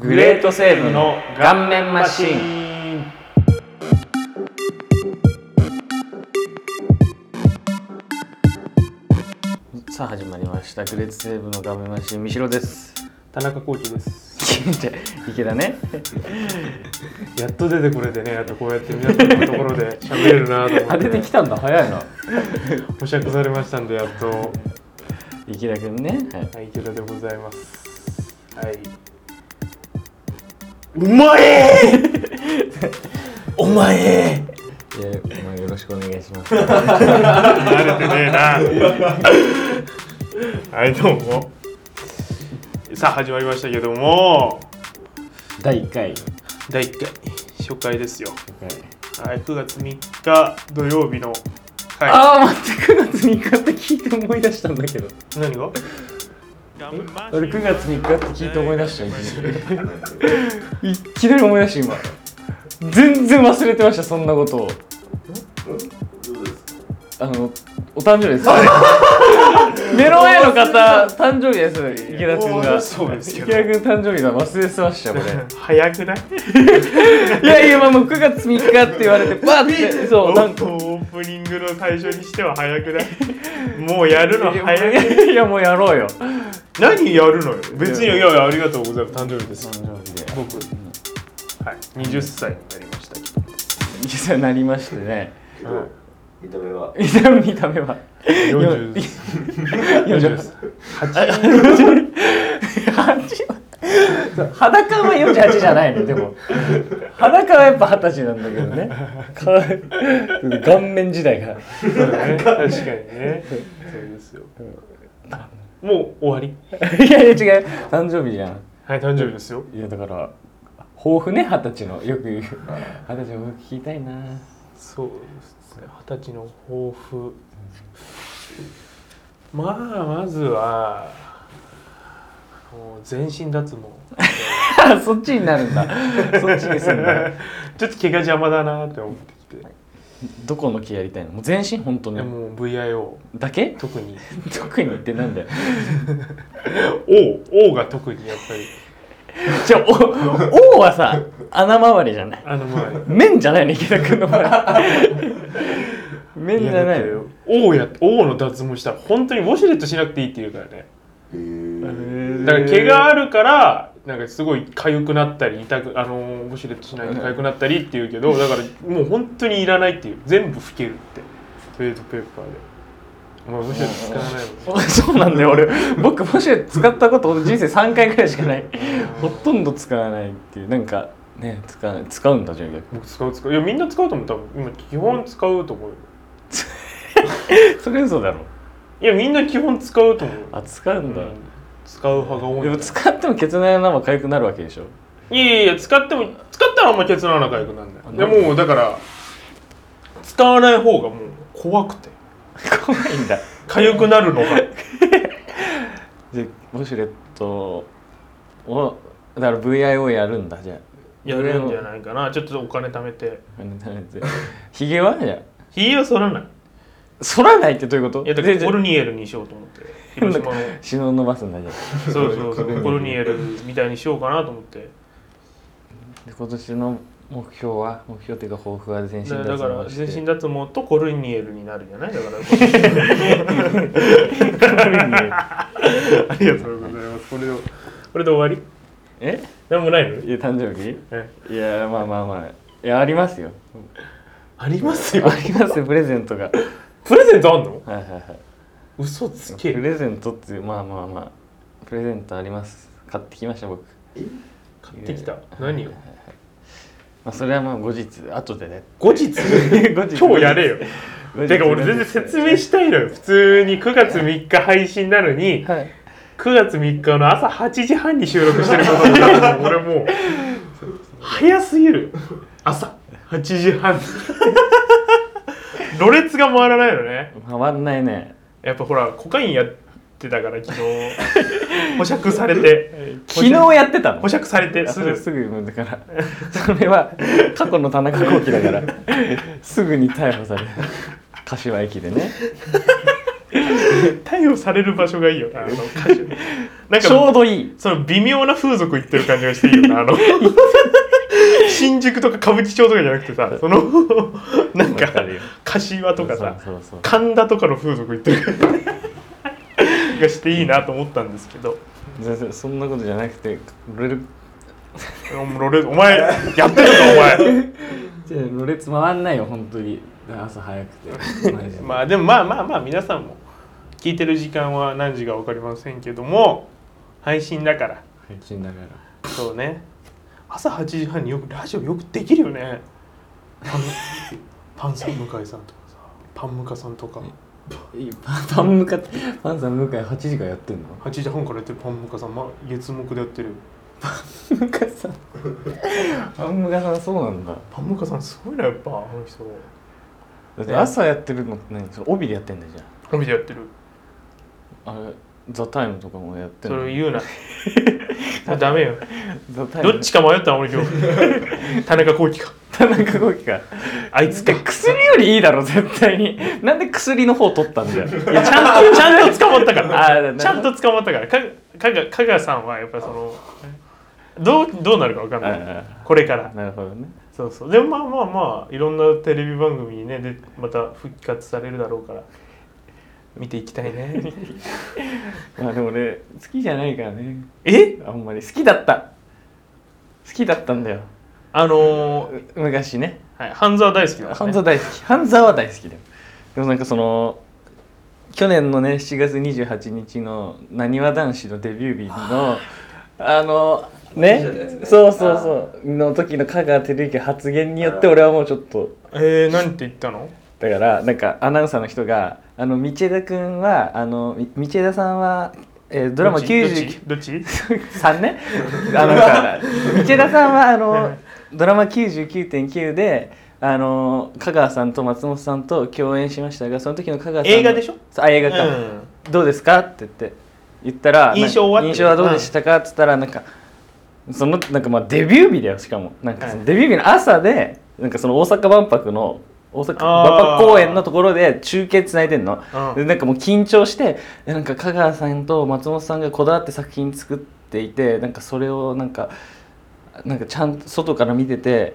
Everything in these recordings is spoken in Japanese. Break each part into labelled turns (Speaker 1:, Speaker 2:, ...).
Speaker 1: グレートセーブの顔面マシン
Speaker 2: ン
Speaker 1: さあ始まりましたグレートセーブの顔面マシン三代です
Speaker 2: 田中幸喜です
Speaker 1: じゃあ池田ね
Speaker 2: やっと出てこれてねやっとこうやって皆さんのところで喋れるな と思って
Speaker 1: たんだ早いな
Speaker 2: 保釈されましたんでやっとは
Speaker 1: 池田くんね、はい、
Speaker 2: い池田でございますはいうまい お前
Speaker 1: いやお前よろしくお願いし ます
Speaker 2: 慣れてねえなはいどうもさあ始まりましたけども
Speaker 1: 第1回、
Speaker 2: 第1回初回ですよはい、9月3日土曜日の回
Speaker 1: ああ待って9月3日って聞いて思い出したんだけど
Speaker 2: 何が
Speaker 1: 俺9月3日って聞いて思い出したいきなりいきなり思い出した今全然忘れてましたそんなことをあのお誕生日です 目の前の方誕生日です池田君
Speaker 2: おー
Speaker 1: が
Speaker 2: そうですけ
Speaker 1: 池田
Speaker 2: ど
Speaker 1: 君誕生日だ忘れてましたこれ
Speaker 2: 早くない
Speaker 1: いやいやまあもう9月3日って言われてバーってそう
Speaker 2: オ
Speaker 1: なん
Speaker 2: ー
Speaker 1: か
Speaker 2: プニングの最初にしては早くない もうやるの早い
Speaker 1: いやもうやろうよ
Speaker 2: 何やるのよ別にいやいやありがとうございます誕生日です
Speaker 1: 誕生日で
Speaker 2: 僕はい20歳になりましたけ
Speaker 1: 実際なりましてね
Speaker 2: ど、はい
Speaker 3: 見た目は
Speaker 1: 見た見た目は
Speaker 2: 40 40です
Speaker 1: 裸は48じゃないのでも裸はやっぱ二十歳なんだけどね か顔面時代が
Speaker 2: そうだね確かにねそうですよもう終わり
Speaker 1: いやいや違う誕生日じゃん
Speaker 2: はい誕生日ですよ
Speaker 1: いやだから抱負ね二十歳のよく言う二十歳の抱負聞きたいな
Speaker 2: そうですね二十歳の抱負まあまずはもう全身脱毛
Speaker 1: あそっちになるんだ そっちにすんだ
Speaker 2: ちょっと毛が邪魔だなって思ってきて、
Speaker 1: どこの木やりたいのもう全身本当
Speaker 2: で
Speaker 1: に
Speaker 2: もう VIO
Speaker 1: だけ
Speaker 2: 特に
Speaker 1: 特にってなんだよ
Speaker 2: O, o が特にやっぱり
Speaker 1: じゃあお王はさ穴周りじゃない
Speaker 2: あの前
Speaker 1: 面じゃないの池田君の場合面じゃないの
Speaker 2: O や O の脱毛したら本当にウォシュレットしなくていいって言うからね
Speaker 3: へえ
Speaker 2: だから毛があるからなんかすごい痒くなったり痛くあのーウォシュレットしないと痒くなったりっていうけどだからもう本当にいらないっていう全部拭けるってトイレットペーパーで。まあ、ウォシュレット使わないもんね
Speaker 1: そうなんだよ俺僕もし使ったこと人生3回くらいしかないほとんど使わないっていうなんかね使わない使うんだじゃあ
Speaker 2: 僕使う使ういやみんな使うと思う多分今基本使うと思うよ
Speaker 1: それ嘘だろ
Speaker 2: いやみんな基本使うと思うよ
Speaker 1: あ使うんだ、
Speaker 2: うん使う派が多い
Speaker 1: でも使ってもケツの穴も痒くなるわけでしょ
Speaker 2: いやいやいや使っても使ったらあんまケツの穴が良くなんない
Speaker 1: ないん
Speaker 2: やもうだから使わない方がもう怖くて
Speaker 1: 怖いんだ
Speaker 2: 痒くなるのが
Speaker 1: でウォシュレットをだから VIO やるんだじゃあ
Speaker 2: やるんじゃないかなちょっとお金貯めて
Speaker 1: あの食べてひげはじゃあ
Speaker 2: ひげは剃らない
Speaker 1: 剃らないってどういうこと
Speaker 2: いやだからコルニエルにしようと思って広島の
Speaker 1: 死の伸ばすんだじゃあ
Speaker 2: そうそ うそうコルニエルみたいにしようかなと思って
Speaker 1: で今年の目標は目標っていうか抱負は全身
Speaker 2: だ
Speaker 1: 脱
Speaker 2: だから
Speaker 1: 毛して
Speaker 2: 全身脱毛とコルニエルになるじゃないだか らありがとうございますこれでこれで終わり
Speaker 1: え
Speaker 2: なんもないの
Speaker 1: いや誕生日
Speaker 2: え
Speaker 1: いやまあまあまあいやあります よ
Speaker 2: ありますよ
Speaker 1: ありますよプレゼントがはい
Speaker 2: プレゼントあんの
Speaker 1: はいはい
Speaker 2: 嘘つけ
Speaker 1: プレゼントっていうまあまあまあプレゼントあります買ってきました僕
Speaker 2: 買ってきた何を
Speaker 1: まあそれはまあ後日後でね
Speaker 2: 後日
Speaker 1: 後日
Speaker 2: 今日やれよ
Speaker 1: 後日
Speaker 2: てか俺全然説明したいのよ普通に9月3日配信なのに
Speaker 1: はい
Speaker 2: 9月3日の朝8時半に収録してることになるの俺もう早すぎる朝8時半ろれつが回らないのね
Speaker 1: 回んないね
Speaker 2: やっぱほらコカインやってたから昨日保釈されて
Speaker 1: 昨日やってたの
Speaker 2: 保釈されて す
Speaker 1: それ
Speaker 2: ぐ
Speaker 1: すぐもうだからそれは過去の田中 幸喜だからすぐに逮捕される柏駅でね
Speaker 2: 逮捕される場所がいいよなあの歌手なん
Speaker 1: ちょう
Speaker 2: か
Speaker 1: どいい
Speaker 2: その微妙な風俗行ってる感じがしていいよなあ の新宿とか歌舞伎町とかじゃなくてさ そのなんか
Speaker 1: わかるよ
Speaker 2: 柏とかさ
Speaker 1: そうそうそう
Speaker 2: 神田とかの風俗行ってる感じがしていいなと思ったんですけど
Speaker 1: 全然そんなことじゃなくてロレ
Speaker 2: ロレお前やってるかお前
Speaker 1: ロレツ回んないよ本当に朝早くて
Speaker 2: まあでもまあまあまあ皆さんも聞いてる時間は何時か分かりませんけども配信だから
Speaker 1: 配信だから
Speaker 2: そうね朝8時半によくラジオよくできるよね パンパンさん向井さんとかさパンムカさんとか
Speaker 1: いいパンパン向かってパンさん向かい8時からやってんの
Speaker 2: 8時半からやってるパンムカさん、ま、月目でやってる
Speaker 1: ムカさんパンムカさんそうなんだ
Speaker 2: パンムカさんすごいなやっぱあの人
Speaker 1: だって朝やってるのって何それ帯でやってんだじ
Speaker 2: 帯でやってる
Speaker 1: ゃんあれ「ザタイムとかもやって
Speaker 2: そ
Speaker 1: んの
Speaker 2: れを言う なもうダメよ
Speaker 1: ザタイム
Speaker 2: どっちか迷ったの俺今日 田中幸喜か
Speaker 1: 田中幸喜か
Speaker 2: あいつか
Speaker 1: で 薬よりいいだろ絶対になんで薬の方取ったんだよ
Speaker 2: いやちゃんとちゃんと捕まったか
Speaker 1: あーな
Speaker 2: らちゃんと捕まったからかかがかがさんはやっぱそのどうどうなるかわかん
Speaker 1: あ
Speaker 2: ない
Speaker 1: あ
Speaker 2: これから
Speaker 1: なるほどね
Speaker 2: そうそうでもまあまあまあいろんなテレビ番組にねでまた復活されるだろうから見ていきたい ね
Speaker 1: まあでも俺好きじゃないからね
Speaker 2: え
Speaker 1: あんまり好きだった好きだったんだよ
Speaker 2: あのー
Speaker 1: う昔ね
Speaker 2: はい、半沢大好きだから、ね、
Speaker 1: 半沢大好き半沢は大好きだよでもなんかその去年のね7月28日のなにわ男子のデビュー日のあのね
Speaker 3: そうですね
Speaker 1: そうそうそうの時の香川照之の発言によって俺はもうちょっと
Speaker 2: えー、なんて言ったの
Speaker 1: だからなんかアナウンサーの人が「あの道枝君はあのみ道枝さんは、えードラマ99
Speaker 2: どっちどっち
Speaker 1: 3ねあのさ 道枝さんはあのドラマ99.9であの香川さんと松本さんと共演しましたがその時の香川さんの
Speaker 2: 映画でしょ
Speaker 1: そうあ映画か、
Speaker 2: うん
Speaker 1: どうですかって言って言ったら
Speaker 2: 印象は
Speaker 1: なんか印象はどうでしたかって言ったらなんかそのなんかまあデビュー日だよしかもなんかそのデビュー日の朝でなんかその大阪万博の大阪万
Speaker 2: あー
Speaker 1: 博公園のところで中継つないでんの、
Speaker 2: うん
Speaker 1: でなんかもう緊張してえなんか香川さんと松本さんがこだわって作品作っていてなんかそれをなんかなんかちゃんと外から見てて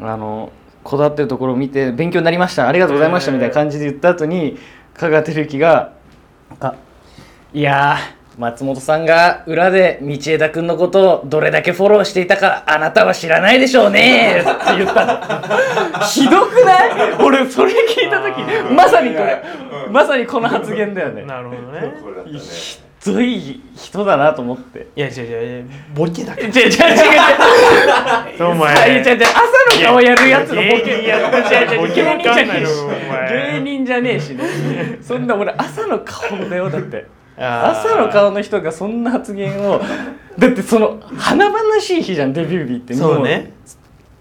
Speaker 1: あのこだわってるところを見て勉強になりましたありがとうございましたみたいな感じで言った後に香川照之が「あいやー松本さんが裏で道枝君のことをどれだけフォローしていたかあなたは知らないでしょうね」って言った のひどくない俺それ聞いた
Speaker 2: あー
Speaker 1: 時まさにこ
Speaker 3: い
Speaker 1: れ
Speaker 3: やうん
Speaker 1: まさにこの発言だよね
Speaker 2: なるほどね
Speaker 3: これだったね
Speaker 1: ひどい人だなと思って。
Speaker 2: いや違う違う違うボケだ
Speaker 1: 違
Speaker 2: け
Speaker 1: う違う違う 違う違う違う
Speaker 2: どうお
Speaker 1: 朝の顔やるやつのボケ
Speaker 2: や違う違う
Speaker 1: ボケわかんないの
Speaker 2: お前
Speaker 1: 芸人じゃねえしねそんな俺朝の顔だよだって
Speaker 2: あー
Speaker 1: 朝の顔の人がそんな発言をだってその華々しい日じゃんデビュー日っても
Speaker 2: そうね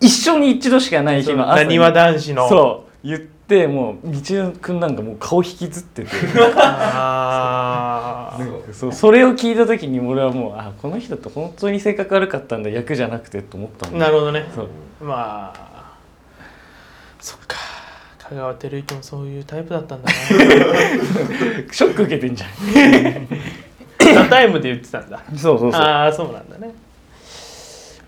Speaker 1: 一生に一度しかない日の朝
Speaker 2: なにわ男子の
Speaker 1: そう言ってもう道枝君なんかもう顔引きずってて
Speaker 2: あー
Speaker 1: そうそれを聞いた時に俺はもうあこの人って本当に性格悪かったんだ役じゃなくてと思ったんだ
Speaker 2: なるほどね
Speaker 1: そう
Speaker 2: まあそっか香川照之もそういうタイプだったんだ
Speaker 1: ショック受けてんじゃん
Speaker 2: な ザ・タイムで言ってたんだ
Speaker 1: そうそうそう。
Speaker 2: ああそうなんだね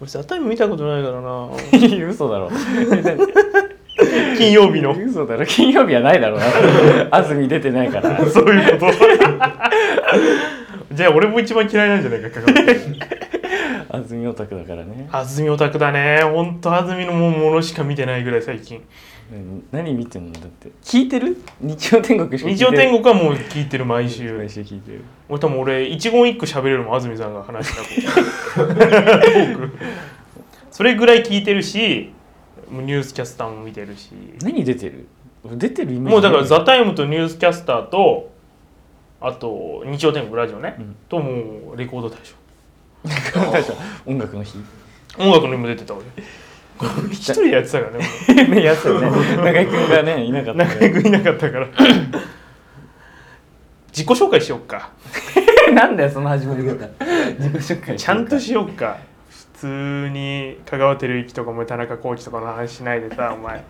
Speaker 2: 俺ザ・タイム見たことないからな
Speaker 1: 嘘だろ。
Speaker 2: 金曜日の
Speaker 1: 嘘だろ。金曜日はないだろうな。 安住出てないから。
Speaker 2: そういうこと じゃあ俺も一番嫌いなんじゃないか香川照之
Speaker 1: 安住オタクだからね。
Speaker 2: 安住オタクだねほんと安住のもうものしか見てないぐらい最近
Speaker 1: 何何見てんのだって。聞いてる日曜天国しか聞い
Speaker 2: 日
Speaker 1: て
Speaker 2: 曜天
Speaker 1: 国
Speaker 2: 国はもう聞いてる毎週
Speaker 1: 毎週聞いてる。
Speaker 2: 俺多分俺一言一句喋れるもん安住さんが話したことそれぐらい聞いてるしもうニュースキャスターも見てるし
Speaker 1: 何出てる俺出てるイメージ
Speaker 2: もうだから「
Speaker 1: ざ
Speaker 2: ザタイムと「ニュースキャスターとあと「日曜天国ラジオね」
Speaker 1: うん
Speaker 2: ともうレコード大賞
Speaker 1: 音楽の日。
Speaker 2: 音楽にも出てた俺一人でやってたからね
Speaker 1: ね、やつよね。中居君が ね、 いなかったか。
Speaker 2: 中 居君いなかったから自己紹介しよっから
Speaker 1: なんだよ、その始まり方。自己紹介。
Speaker 2: ちゃんとしよっか普通に香川照之とかも 田中幸喜とかの話しないでさお前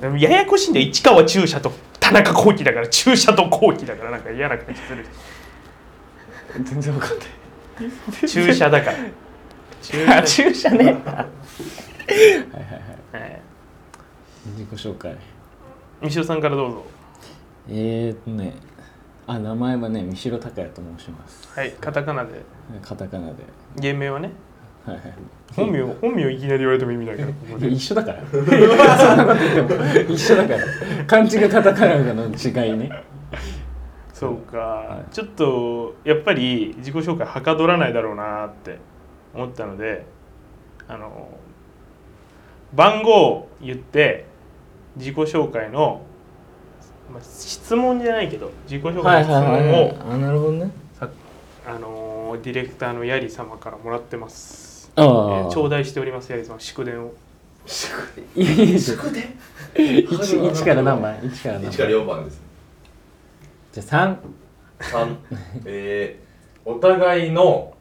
Speaker 2: でもややこしいんだよ市川中車と田田中幸喜だから注射と幸喜だからなんか嫌な感じす る
Speaker 1: 全然わかんない
Speaker 2: 注射だから注
Speaker 1: あ注射ね
Speaker 2: はい
Speaker 1: 自己紹介
Speaker 2: 三代さんからどうぞ
Speaker 1: えー、とねあ名前はね三代孝也と申します
Speaker 2: はいカタカナで
Speaker 1: カタカナで
Speaker 2: 芸名はね
Speaker 1: はいはい
Speaker 2: 本名本名いきなり言われても意味ないからここ
Speaker 1: い や
Speaker 2: で
Speaker 1: 一緒だからそんなこと言っても一緒だから漢字がカタカナの違いね
Speaker 2: そうか、
Speaker 1: はい
Speaker 2: ちょっとやっぱり自己紹介はかどらないだろうなって思ったのであの番号を言って自己紹介の、まあ、質問じゃないけど自己紹介の質問を
Speaker 1: あなるほどね
Speaker 2: さあのディレクターのヤリ様からもらってます、
Speaker 1: あ
Speaker 2: えー
Speaker 1: あ
Speaker 2: 頂戴しておりますヤリ様祝電を
Speaker 1: いいです
Speaker 3: 宿で
Speaker 1: 一一から何番一から何
Speaker 3: 一から
Speaker 1: 番
Speaker 3: 四番です。
Speaker 1: じゃあ三
Speaker 3: 三。えー、お互 いの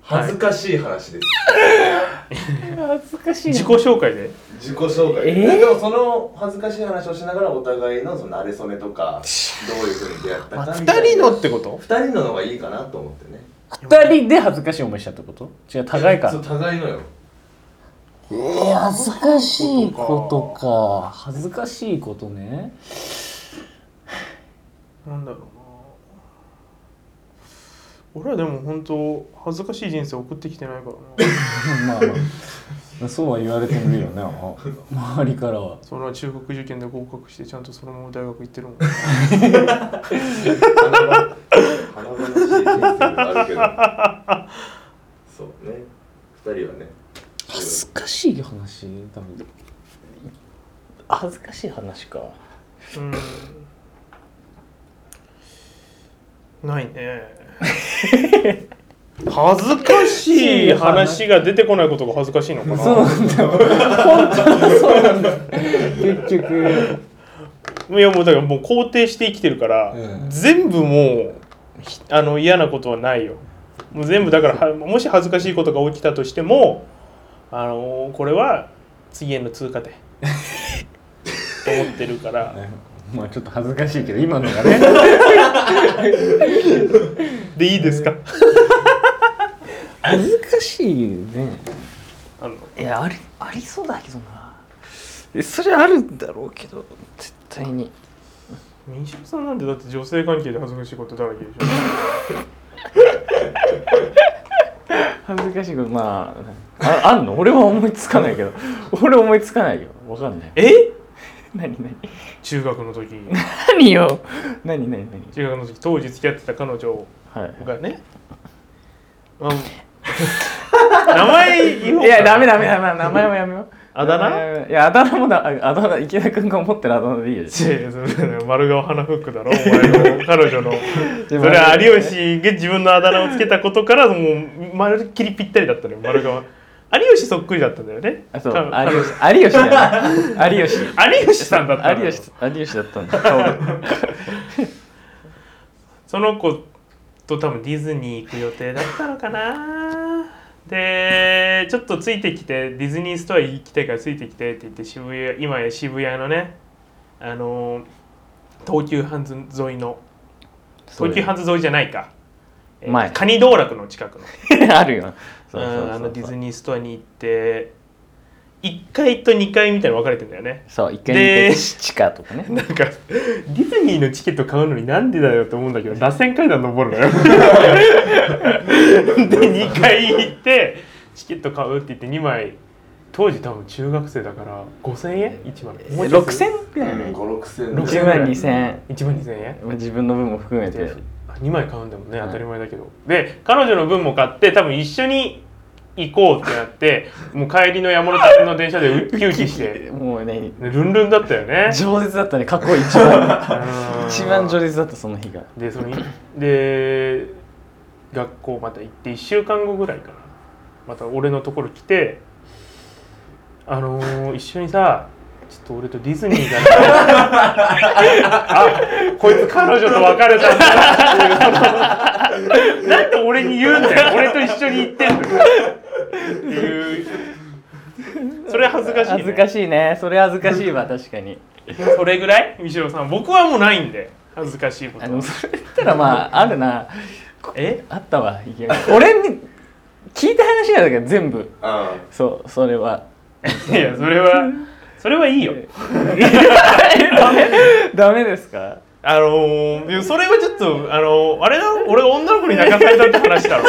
Speaker 3: 恥ずかしい話です。
Speaker 1: 恥ずかし
Speaker 2: 自己紹介で
Speaker 3: 自己紹介、
Speaker 1: えー
Speaker 3: でもその恥ずかしい話をしながらお互いのその馴れ初めと かどういうふうに出会ったかみた
Speaker 2: 2
Speaker 3: い
Speaker 2: 人
Speaker 3: な
Speaker 2: のってこと
Speaker 3: 二人ののがいいかなと思ってね
Speaker 1: 二人で恥ずかしい思いしたってこと違う互いか
Speaker 3: そう互 いのよ
Speaker 1: えー、恥ずかしいこ
Speaker 2: こと
Speaker 1: か恥ずかしいことね
Speaker 2: なんだろうな俺はでも本当恥ずかしい人生送ってきてないから な
Speaker 1: まあ、まあ、そうは言われてみるよね周りからは
Speaker 2: その中国受験で合格してちゃんとそのまま大学行ってるもん
Speaker 3: 華々華々しい人生があるけどそうね二人はね
Speaker 1: 恥ずかしい話多分恥ずかしい話か
Speaker 2: うんない ね恥ずかしい話が出てこないことが恥ずかしいのかな
Speaker 1: そうなんだよ本当にそうなんだよ結局
Speaker 2: いやもうだからもう肯定して生きてるから、
Speaker 1: うん
Speaker 2: 全部もうひあの嫌なことはないよもう全部だからはもし恥ずかしいことが起きたとしてもあのーこれは次への通 過点と思ってるから
Speaker 1: まあちょっと恥ずかしいけど今のがね
Speaker 2: でいいですか、
Speaker 1: 恥ずかしいね
Speaker 2: あの
Speaker 1: いやありありそうだけどなえそれあるんだろうけど絶対に
Speaker 2: 民宿さんなんてだって女性関係で恥ずかしいことだらけでし
Speaker 1: 恥ずかしいことまあああんの俺は思いつかないけど 俺思いつかないよわかんない
Speaker 2: ょ え
Speaker 1: 何何
Speaker 2: 中学の時
Speaker 1: 何よ何何何
Speaker 2: 中学の時当時付き合ってた彼女
Speaker 1: はい
Speaker 2: がね、うん 名前言おう
Speaker 1: い
Speaker 2: い
Speaker 1: や、ダメダメダメ、名前もやめよう。
Speaker 2: あだ名
Speaker 1: 名いや、あだ名もだ、ああだ名、池田君が思ってるあだ名でいいよ。
Speaker 2: いやいやそれ丸顔花フックだろお前の彼 女のそ
Speaker 1: でも
Speaker 2: れは有吉が自分のあだ名をつけたことからもうまるっきりぴったりだったのよ丸顔有吉そっくりだったんだよね
Speaker 1: あ、そう、
Speaker 2: か彼女
Speaker 1: 有吉、有吉だよ。有吉。
Speaker 2: 有吉さんだったのよ
Speaker 1: 有吉、有吉だったんだ。顔が
Speaker 2: その子と多分ディズニー行く予定だったのかなでちょっとついてきてディズニーストア行きたいからついてきてって言って渋谷今や渋谷のねあのー東急ハンズ沿いの東急ハンズ沿いじゃないか、えー
Speaker 1: 前
Speaker 2: カニ道楽の近くの
Speaker 1: あるよ。そうそう
Speaker 2: うんあ
Speaker 1: そ
Speaker 2: の
Speaker 1: う
Speaker 2: ディ
Speaker 1: そ
Speaker 2: ズ
Speaker 1: う。
Speaker 2: ニーストアに行って1階と2階みたいに分かれてんだよね
Speaker 1: そう、一回
Speaker 2: で
Speaker 1: 見て、地下とかね。
Speaker 2: なんかディズニーのチケット買うのになんでだよと思うんだけど螺旋階段 登るのよで2階行ってチケット買うって言って2枚当時多分中学生だから5000円1枚
Speaker 1: 六千ぐらいね。
Speaker 3: 五六千
Speaker 1: 一万二千。
Speaker 2: 1万2000円
Speaker 1: まあ自分の分も含めて。
Speaker 2: 2枚買うんだもんね
Speaker 1: はい
Speaker 2: 当たり前だけど、で彼女の分も買って多分一緒に行こうってなって もう帰りの山手線の電車でウッキウ キして
Speaker 1: もうね、
Speaker 2: でルンルンだったよね
Speaker 1: 饒舌だったね、過去一 番。
Speaker 2: うん
Speaker 1: 一番饒舌だった、その日が。
Speaker 2: でそのい で学校また行って1週間後ぐらいかなまた俺のところ来てあのー一緒にさちょっと俺とディズニーが、ね、 あこいつ彼女と別れたんだな っていうそのなんで俺に言うんだよ俺と一緒に行ってんのよっていうそれ恥ずかしい、ね、
Speaker 1: 恥ずかしいねそれ恥ずかしいわ確かに
Speaker 2: それぐらい三代さん僕はもうないんで恥ずかしいこと
Speaker 1: あ
Speaker 2: は
Speaker 1: のそれ言ったらまああるな
Speaker 2: え
Speaker 1: あったわいけない俺に聞いた話なんだけど全部
Speaker 3: あ
Speaker 1: そうそれはい
Speaker 2: やそれはそれはいいよ
Speaker 1: ダメですか
Speaker 2: あのーいや、それはちょっとあのーあれだろ俺女の子に泣かされたって 話だろ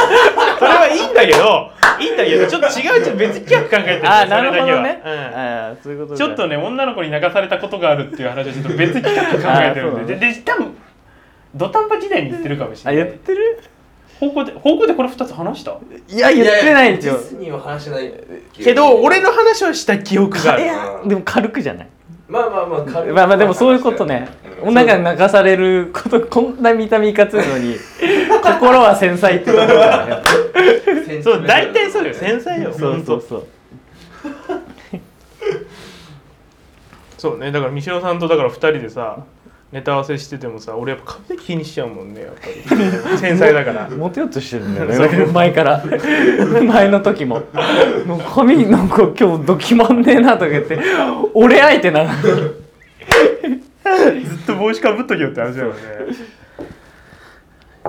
Speaker 2: それはいいんだけどいいんだけどちょっと違うちょっと別企画考えてるんだよ
Speaker 1: あなるほどね
Speaker 2: それだけはうん
Speaker 1: あーそういうこと
Speaker 2: ちょっと
Speaker 1: ね
Speaker 2: ね女の子に泣かされたことがあるっていう話はちょっと別企画考えてるん
Speaker 1: あー
Speaker 2: で
Speaker 1: そう
Speaker 2: でで多分土壇場時代に言ってるかもし
Speaker 1: あ
Speaker 2: れ
Speaker 1: 言
Speaker 2: な
Speaker 1: っ
Speaker 2: い
Speaker 1: てる
Speaker 2: 方向で方向でこれ2つ話した
Speaker 1: いや言ってないんですよ
Speaker 3: ディズニーは話しない
Speaker 2: けど俺の話はした記憶があ
Speaker 1: い
Speaker 2: る
Speaker 1: やでも軽くじゃない
Speaker 3: まあまあまあ軽く
Speaker 1: まあまあでもそういうことね
Speaker 3: うん
Speaker 1: 女が泣かされることこんな見た目いかついの に心は繊細ってところだよね
Speaker 2: そう大体そうよ繊細よ
Speaker 1: そうそう
Speaker 2: ほんと
Speaker 1: そう
Speaker 2: そうねだから三代さんとだから2人でさネタ合わせしててもさ俺やっぱ髪の毛気にしちゃうもんねやっぱり繊細だ から
Speaker 1: モテようとしてるんだよねだから前 から前の時ももう髪なんか今日どきまんねえなとか言って俺相手なのに
Speaker 2: ずっと帽子かぶっときよって話だよ ね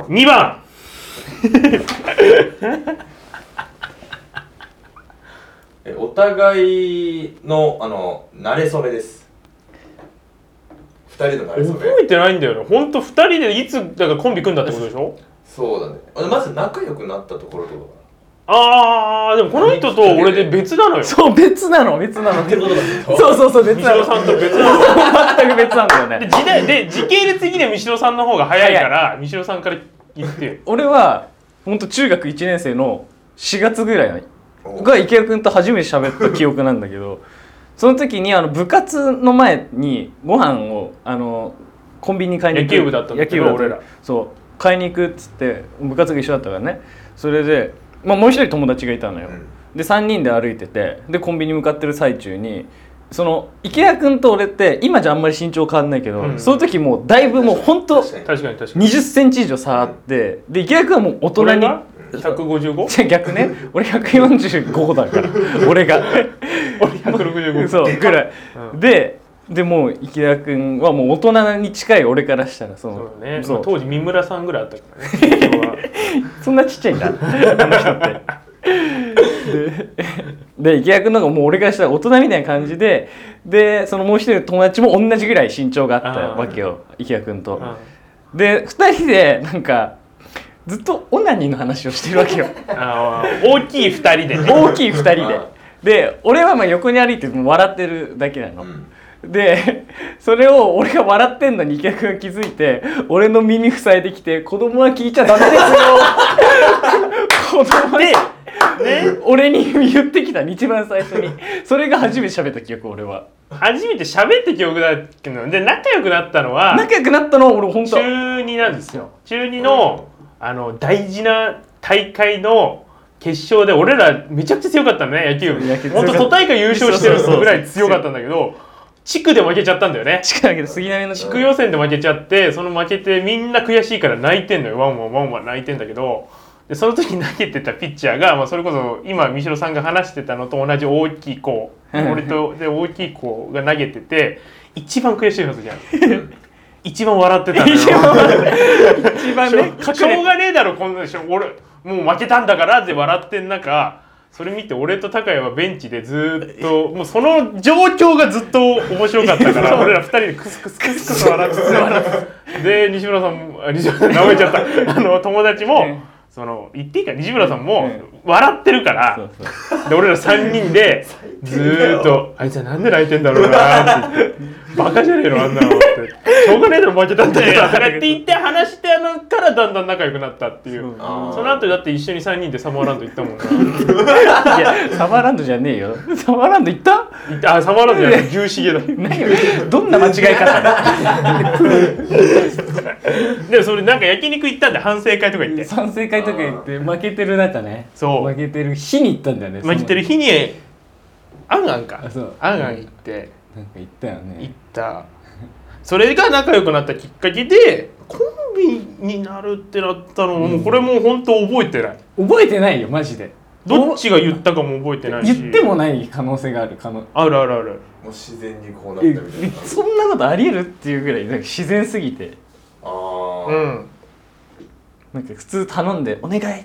Speaker 2: 2番
Speaker 3: えお互いのあの慣れ初めです二人の慣れ初
Speaker 2: 覚
Speaker 3: め
Speaker 2: えてないんだよねほんと2人でいつだからコンビ組んだってことでしょ
Speaker 3: そうだねあまず仲良くなったところとか
Speaker 2: あーでもこの人と俺で別なのよ
Speaker 1: そう別なの別な の
Speaker 3: ことだね
Speaker 1: そうそうそう別
Speaker 2: 三
Speaker 1: な
Speaker 2: 代
Speaker 1: の
Speaker 2: さんと別なの
Speaker 1: 全く別なんだよ
Speaker 2: で
Speaker 1: ね
Speaker 2: 時代 で時系列的には三代さんの方が早いから三代さんから言ってよ
Speaker 1: 俺はほんと中学1年生の4月ぐらい
Speaker 3: お
Speaker 1: のが池谷君と初めて喋った記憶なんだけどその時にあの部活の前にご飯をあのコンビニに買いに行く
Speaker 2: 野球部だったんだ
Speaker 1: 野
Speaker 2: け
Speaker 1: 球部だ
Speaker 2: ど
Speaker 1: った
Speaker 2: 俺ら
Speaker 1: そう買いに行くっつって部活が一緒だったからねそれで、まあ、もう一人友達がいたのよ、
Speaker 3: うん
Speaker 1: で3人で歩いててでコンビニ向かってる最中にその池谷君と俺って今じゃあんまり身長変わんないけど、
Speaker 2: うん
Speaker 1: その時もうだいぶもう本当
Speaker 3: 確かに
Speaker 2: 確かに確かに
Speaker 1: 20センチ以上差あってで池谷君はもう大人
Speaker 2: 俺
Speaker 1: に
Speaker 2: が 155?
Speaker 1: じゃあ逆ね俺145だ から俺が
Speaker 2: 俺 165
Speaker 1: そうぐらい、
Speaker 2: うん
Speaker 1: ででもう池田君はもう大人に近い俺からしたらその
Speaker 2: そうだね
Speaker 1: そ
Speaker 2: まあ
Speaker 1: う
Speaker 2: 当時三村さんぐらいあったから ね身長は
Speaker 1: そんなちっちゃい んだあの人って。でで池谷君の方がもう俺からしたら大人みたいな感じででそのもう一人の友達も同じぐらい身長があったわけよ池谷君と。で2人でなんかずっとオナニーの話をしてるわけよ
Speaker 2: うんあー大きい2人でね
Speaker 1: 大きい2人で
Speaker 3: あ。
Speaker 1: で俺はまあ横に歩いてもう笑ってるだけなの
Speaker 3: う。ん
Speaker 1: で それを俺が笑ってんのに池田君が気づいて俺の耳塞いできて子供は聞いちゃダメで すよ子供は
Speaker 2: ね
Speaker 1: 俺に言ってきた一番最初にそれが初めて喋った記憶俺は
Speaker 2: 初めて喋った記憶だけどで仲良くなったのは
Speaker 1: 仲良くなったのは俺本当
Speaker 2: 中2なんですよ中2のあの大事な大会の決勝で俺らめちゃくちゃ強かったのね野球部
Speaker 1: 野球
Speaker 2: 本
Speaker 1: 強かっ
Speaker 2: 当
Speaker 1: た
Speaker 2: 都大会優勝してる
Speaker 1: そうそうそう
Speaker 2: ぐらい強かったんだけど地区で負けちゃったんだよね
Speaker 1: 近いけど杉並の
Speaker 2: 地
Speaker 1: 地
Speaker 2: 区予選で負けちゃってその負けてみんな悔しいから泣いてんのよワンワンワンワン泣いてんだけどでその時投げてたピッチャーが、まあ、それこそ今三代さんが話してたのと同じ大きい子俺とで大きい子が投げてて一番悔しいはずじゃん一番笑ってたのよ
Speaker 1: 一番一番ね
Speaker 2: しょ しょうがねえだろこんなしょ俺もう負けたんだからって笑ってん中それ見て俺と高谷はベンチでずーっともうその状況がずっ と面白かったから俺ら二人でクスクスクスクス笑って で西村さんもあ西村さん名前言っちゃ ったあの友達も
Speaker 1: うん
Speaker 2: その言っていいか西村さんも笑ってるから。
Speaker 1: そうそう
Speaker 2: で俺ら3人 でずーっと「あいつはなんで泣いてんだろうな」って言って「バカじゃねえのあんなの」って「しょうがねえだろ負けたんだよ」だからって言って話してあのからだんだん仲良くなったっていう
Speaker 1: そ
Speaker 3: あー
Speaker 2: その後だって一緒に3人でサマーランド行ったもん な
Speaker 1: いやサマーランドじゃねえよサマーランド行った
Speaker 2: 行ったあサマーランドじゃない牛しげだ
Speaker 1: 何よ どんな間違い方だ
Speaker 2: でそれなんか焼肉行ったんで反省会とか行って
Speaker 1: 賛成会とか行って負けてる中ね
Speaker 2: そう
Speaker 1: 負けてる日に行ったんだよね
Speaker 2: 負けてる日にアンアンか
Speaker 1: あそう
Speaker 2: アンアン行って
Speaker 1: なんか言ったよ
Speaker 2: 行っ
Speaker 1: ね。
Speaker 2: たそれが仲良くなったきっかけでコンビになるってなったのも、もうこれもう本当覚えてない
Speaker 1: 覚えてないよ、マジで。
Speaker 2: どっちが言ったかも覚えてないし
Speaker 1: 言ってもない可能性がある可能
Speaker 2: あるあるある
Speaker 3: う自然にこうなった
Speaker 1: え
Speaker 3: みたいな
Speaker 1: そんなことありえるっていうぐらいなんか自然すぎて
Speaker 3: あ
Speaker 2: う
Speaker 3: ー
Speaker 2: ん
Speaker 1: なんか普通頼んで「お願い!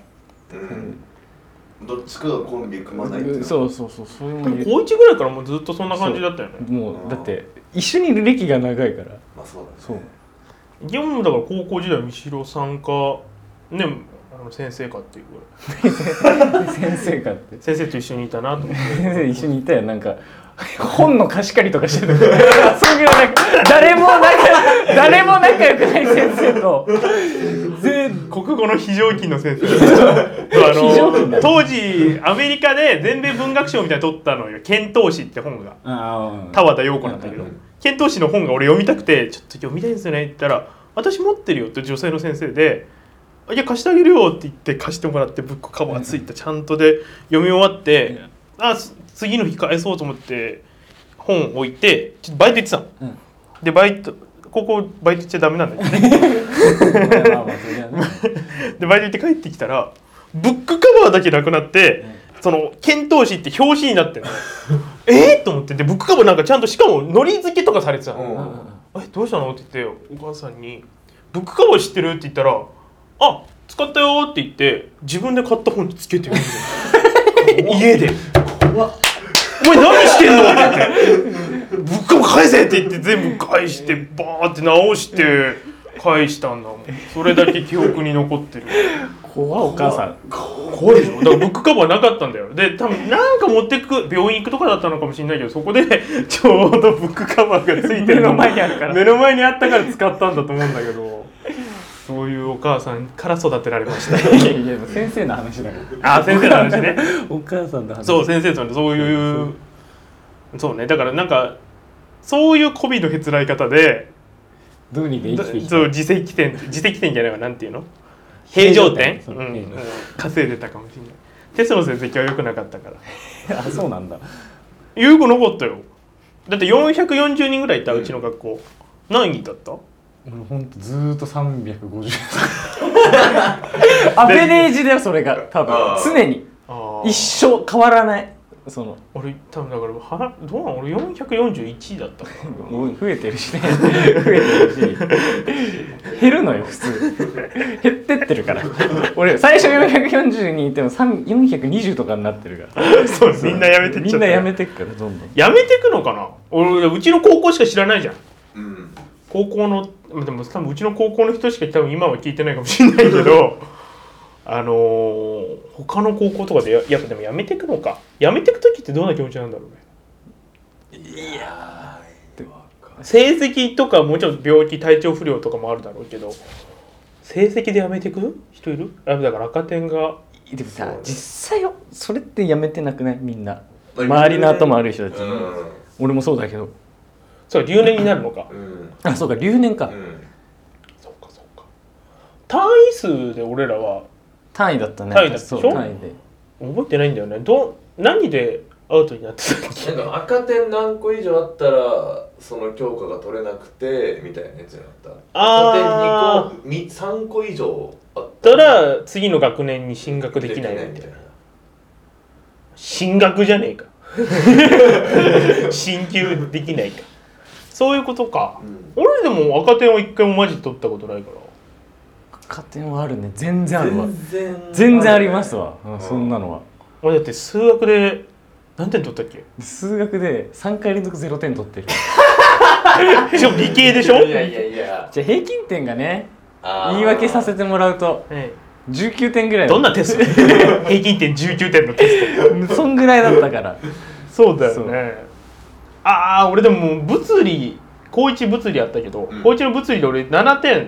Speaker 3: うんどっちかがコンビ組まないってい
Speaker 1: うん」
Speaker 3: う
Speaker 1: そうそうそうそれも
Speaker 2: で
Speaker 1: 言
Speaker 2: も
Speaker 1: う
Speaker 2: 高1ぐらいからもうずっとそんな感じだったよね
Speaker 1: もうだって一緒にいる歴が長い から
Speaker 3: まあそうだね
Speaker 1: そう
Speaker 2: でもだから高校時代三代さんかねあの先生かっていうぐらい
Speaker 1: 先生かって
Speaker 2: 先生と一緒にいたなと思っ
Speaker 1: 先生 一緒にいたよなんか本の貸し借りとかしてた そういうなんか誰も仲誰も仲良くない先生と
Speaker 2: て 国語の非常勤の先 生あ
Speaker 1: 非常勤だ
Speaker 2: の当時アメリカで全米文学賞みたいなの取ったのよ「遣唐使」って本が
Speaker 1: あ
Speaker 2: 田和田陽子なんだけど
Speaker 1: うんうん
Speaker 2: 遣唐使の本が俺読みたくて「ちょっと読みたいんですよね」って言ったら「私持ってるよ」って女性の先生で「いや貸してあげるよ」って言って貸してもらってブックカバーついたちゃんとで読み終わってあす次の日返そうと思って本置いてちょっとバイト行ってたの。
Speaker 1: うん
Speaker 2: でバイトここバイト行っちゃダメなんだけどね
Speaker 1: まあまあそれはね
Speaker 2: でバイト行って帰ってきたらブックカバーだけなくなって、その遣唐使って表紙になってるのえっと思ってでブックカバーなんかちゃんとしかものり付けとかされてた
Speaker 3: う
Speaker 2: の、
Speaker 3: ん
Speaker 2: えどうしたのって言ってお母さんに「ブックカバー知ってる?」って言ったら「あ使ったよ」って言って自分で買った本につけてる家で「お前何してんの?」って言って「ブックカバー返せ!」って言って全部返してバーって直して返したんだもんそれだけ記憶に残ってる
Speaker 1: 怖いお母さん
Speaker 2: 怖いでしょだからブックカバーなかったんだよで多分なんか持ってく病院行くとかだったのかもしれないけどそこで ちょうどブックカバーがついてる
Speaker 1: 目
Speaker 2: の
Speaker 1: の前にあるから
Speaker 2: 目の前にあったから使ったんだと思うんだけどそういうお母さんから育てられました
Speaker 1: いやいや先生の話だから
Speaker 2: あ先生の話ね
Speaker 1: お母さんの話
Speaker 2: そう先生とのそういうそうねだからなんかそういう媚びのへつらい方で
Speaker 1: どうにか生きていきた
Speaker 2: そう
Speaker 1: い
Speaker 2: 自責点自責点じゃないわなんていうの平常点
Speaker 1: そう
Speaker 2: うん
Speaker 1: 平
Speaker 2: うん
Speaker 1: 常
Speaker 2: 稼いでたかもしれないテストの成績は良くなかったから
Speaker 1: あそうなんだ
Speaker 2: よくなかったよだって440人ぐらいいたうちの学校、何人だった
Speaker 1: 俺ほんとずーっと350アベレージだよそれが多分
Speaker 3: あー
Speaker 1: 常に
Speaker 2: あ
Speaker 1: 一生変わらないその
Speaker 2: 俺多分だからはどうなん俺441位だったからな
Speaker 1: 増えてるしね増えてるし減るのよ普通減ってってるから俺最初440人いても3 420とかになってるから
Speaker 2: そうみんなやめてっ
Speaker 1: み
Speaker 2: ちゃ
Speaker 1: ん
Speaker 2: っ
Speaker 1: な
Speaker 2: た
Speaker 1: やめてっからどんどん
Speaker 2: やめてくのかな俺うちの高校しか知らないじゃん
Speaker 3: うん
Speaker 2: 高校のでも多分うちの高校の人しか多分今は聞いてないかもしれないけ どあのー他の高校とかでややっぱでもやめてくのかやめてく時ってどんな気持ちなんだろうね
Speaker 3: いやーわかる
Speaker 2: 成績とかもちろん病気体調不良とかもあるだろうけど成績でやめてく人いるあだから赤点が
Speaker 1: でもさ実際よそれってやめてなくないみんな
Speaker 3: まあ
Speaker 1: 周りの頭悪い人たち、
Speaker 3: うん
Speaker 1: 俺もそうだけど
Speaker 2: そう留年になるのか
Speaker 3: うん
Speaker 1: あそうか留年か、
Speaker 3: うん
Speaker 2: そうかそうか単位数で俺らは
Speaker 1: 単位だったね
Speaker 2: 単位だったでしょ
Speaker 1: そう単位で
Speaker 2: 覚えてないんだよねどう何でアウトになってたっけ
Speaker 3: なんか赤点何個以上あったらその教科が取れなくてみたいなやつになった
Speaker 2: あー
Speaker 3: 赤点2個3個以上あっ
Speaker 2: だから次の学年に進学
Speaker 3: た
Speaker 2: できないみたいな
Speaker 3: な
Speaker 2: 進学じゃねえか進級できないかそういうことか
Speaker 3: うん
Speaker 2: 俺でも赤点は一回もマジで取ったことないから
Speaker 1: 加点はあるね全然あるわ
Speaker 3: 全然
Speaker 1: 全然ありますわ、うん
Speaker 3: ん
Speaker 1: そんなのは
Speaker 2: 俺だって数学で何点取ったっけ
Speaker 1: 数学で3回連続0点取ってる
Speaker 2: しかも理系でしょ
Speaker 3: いやいやいや
Speaker 1: じゃあ平均点がね
Speaker 3: あー
Speaker 1: 言い訳させてもらうと
Speaker 2: え
Speaker 1: 19点ぐら
Speaker 2: え
Speaker 1: い
Speaker 2: どんなテスト 平均点19点のテス
Speaker 1: そんぐらいだったから
Speaker 2: トそうだ
Speaker 1: よね
Speaker 2: よねああ俺でも物理高一物理あったけど、
Speaker 3: うん
Speaker 2: 高一の物理で俺7点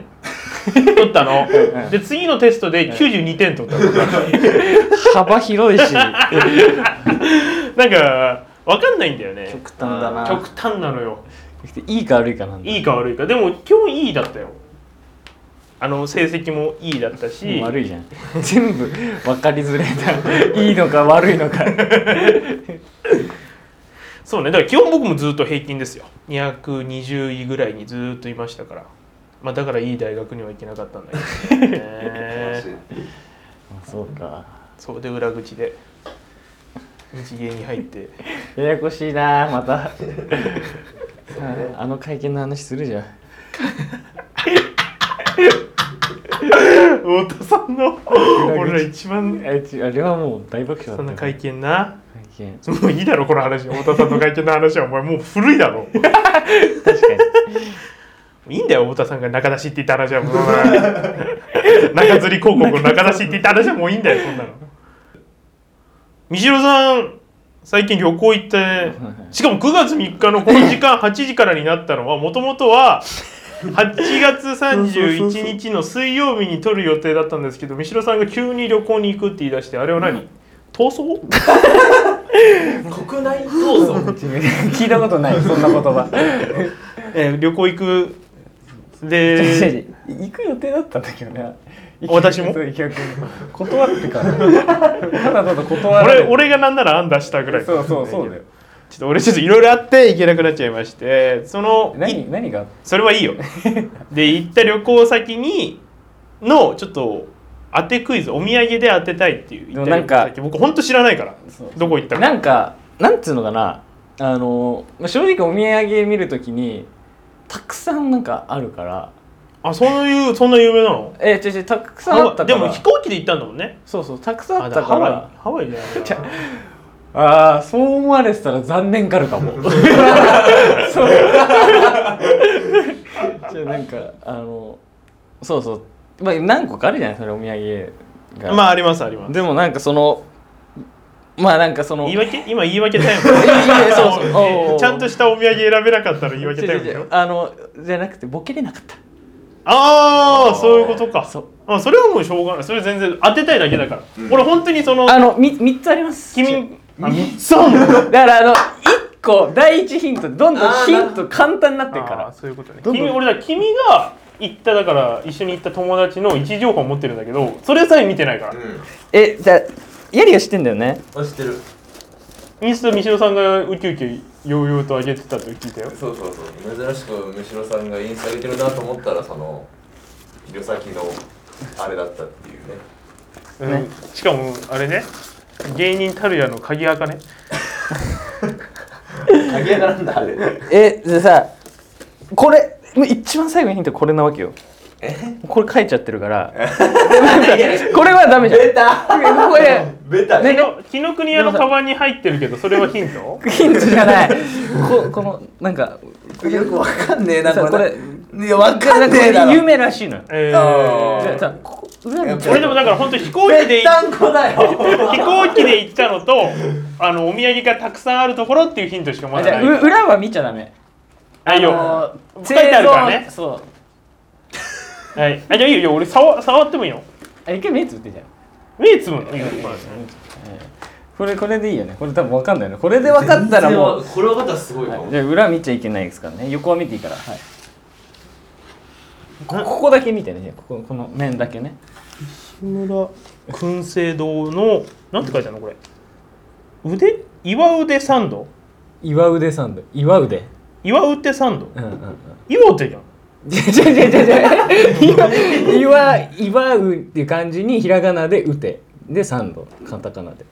Speaker 2: 取っ たの
Speaker 1: ん
Speaker 2: で次のテストで92点取ったの
Speaker 1: 幅広いし
Speaker 2: なんか分かんないんだよね
Speaker 1: 極端だな
Speaker 2: 極端なのよ
Speaker 1: いいか悪いかなんだ
Speaker 2: いいか悪いかでも基本いいだったよあの成績もいいだったし
Speaker 1: もう悪いじゃん全部分かりづれえないいのか悪いのか
Speaker 2: そうねだから基本僕もずっと平均ですよ220位ぐらいにずっといましたからまあだからいい大学には行けなか ったんだけど
Speaker 3: 悲しい
Speaker 2: ね
Speaker 1: そうか
Speaker 2: そうで裏口で日芸に入って
Speaker 1: ややこしいなまたあの会見の話するじゃん
Speaker 2: 太田さんの俺ら一番
Speaker 1: えちあれはもう大爆笑だった
Speaker 2: そんな
Speaker 1: よ
Speaker 2: 会見な
Speaker 1: 会見
Speaker 2: もういいだろこの話太田さんの会見の話はお前もう古いだろ
Speaker 1: 確かに
Speaker 2: いいんだよ太田さんが中出しって言った話はもうお前中吊り広告の中出しって言った話はもういいんだよそんなの三代さん最近旅行行ってしかも9月3日のこの時間8時からになったのはもともとは8月31日の水曜日に撮る予定だったんですけど三代さんが急に旅行に行くって言い出してあれは何逃走
Speaker 3: 国内闘争
Speaker 1: 聞いたことないそんな言葉
Speaker 2: えー旅行行く
Speaker 1: 違う違
Speaker 2: で
Speaker 1: う行く予定だったんだけどね
Speaker 2: 私も
Speaker 1: そう逆に断って からただただ断られ
Speaker 2: 俺
Speaker 1: て
Speaker 2: 俺がなんなら案出したぐらい
Speaker 1: そうそうそうだよ
Speaker 2: ちょっと俺ちょっといろいろあって行けなくなっちゃいましてそのい
Speaker 1: 何何が
Speaker 2: それはい いよで行った旅行先にのちょっと当てクイズお土産で当てたいっていう
Speaker 1: でもなんか
Speaker 2: 行った旅行先僕ほんと知らないから
Speaker 1: そう
Speaker 2: どこ行ったか
Speaker 1: なんかなんつうのかなあのまあ正直お土産見るときにたくさんなんかあるから
Speaker 2: あそういうそんな有名なの
Speaker 1: え違う違うたくさんあったから
Speaker 2: でも飛行機で行ったんだもんね
Speaker 1: そうそうたくさんあ
Speaker 2: あ
Speaker 1: っ
Speaker 2: だ
Speaker 1: た
Speaker 2: か
Speaker 1: からら
Speaker 2: ハワイハワイじゃない
Speaker 1: じゃああーそう思われてたら残念がる かもそうじゃあなんかあのそうそうまあ何個かあるじゃないそれお土産が、
Speaker 2: まあありますあります
Speaker 1: でもなんかそのまあなんかその
Speaker 2: 言い訳今言い訳タイム
Speaker 1: いやそうそうおうおう
Speaker 2: ちゃんとしたお土産選べなかったら言い訳タイムだ
Speaker 1: 違う違う違
Speaker 2: よ
Speaker 1: うあのじゃなくてボケれなかった
Speaker 2: あ
Speaker 3: あ
Speaker 2: あ
Speaker 3: ー
Speaker 2: そういうことか
Speaker 1: そう
Speaker 2: あそれはもうしょうがないそれ全然当てたいだけだから、俺本当にその
Speaker 1: あのみ三つあります
Speaker 2: 君あみ
Speaker 1: そうだからあの一個第一ヒントでどんど
Speaker 3: あ
Speaker 1: ん
Speaker 3: ー
Speaker 1: ヒント簡単になってるか
Speaker 2: あー
Speaker 1: ら
Speaker 2: そういうことね
Speaker 1: どんどん
Speaker 2: 君俺だ君が行っただから一緒に行った友達の位置情報を持ってるんだけどそれさえ見てないから、
Speaker 3: う
Speaker 1: えじゃあヤリが知ってんだよね
Speaker 3: んあ知ってる
Speaker 2: インスタ三代さんがウキウキヨーヨーと上げてたと聞いたよ
Speaker 3: そうそうそう珍しくむしろさんがインスタ上げてるなと思ったらその旅先のあれだったっていうね
Speaker 2: うん
Speaker 1: ね
Speaker 2: しかもあれね芸人たるやの鍵垢ね
Speaker 3: 影なんだあれ
Speaker 1: えじゃあさこれもう一番最後のヒントこれなわけよ
Speaker 3: え
Speaker 1: これ書いちゃってるから これはダメじゃん
Speaker 3: ベタ
Speaker 1: これ
Speaker 3: ベタ
Speaker 1: ね
Speaker 2: 紀ノ国屋のカバンに入ってるけどそれはヒント
Speaker 1: ヒントじゃないここのなんか
Speaker 3: よくわかんねえな
Speaker 1: さあ
Speaker 3: これいやわか
Speaker 1: なんん
Speaker 3: ね
Speaker 1: か
Speaker 3: えだ
Speaker 1: こ
Speaker 3: ろ
Speaker 1: れ夢らしいのよ
Speaker 2: え
Speaker 3: あー
Speaker 1: じゃあ
Speaker 2: ー
Speaker 1: さここ裏見て
Speaker 2: 俺でもだから本当飛行機で
Speaker 3: ぺっ
Speaker 2: 行った
Speaker 3: んこだよ
Speaker 2: 飛行機で行ったのとあのお土産がたくさんあるところっていうヒントしかま
Speaker 1: じゃ
Speaker 2: だ
Speaker 1: あ
Speaker 2: な
Speaker 1: う
Speaker 2: い
Speaker 1: 裏は見ちゃダメ
Speaker 2: ないよ、
Speaker 1: あの
Speaker 2: 書いてあるからね
Speaker 1: 製造そう
Speaker 2: はい、あじゃあいいよいいよ俺触触ってもいいの
Speaker 1: あ一回目つぶってじゃん
Speaker 2: 目つぶんのいいよ
Speaker 1: これこれでいいよねこれ多分分かんないねこれで分かったらもう
Speaker 3: これ分かったらすごいか
Speaker 1: はい
Speaker 3: も
Speaker 1: じゃあ裏見ちゃいけないですからね横は見ていいからはいこここだけ見てねこここの面だけね
Speaker 2: 木村燻製堂のなんて書いてあるのこれ腕岩腕サンド
Speaker 1: 岩腕サンド岩腕
Speaker 2: 岩腕サンド
Speaker 1: うんうんうん
Speaker 2: 岩手じゃん
Speaker 1: じゃじゃじゃじゃじゃ岩岩岩うっていう感じにひらがなでうてでサンドカタカナで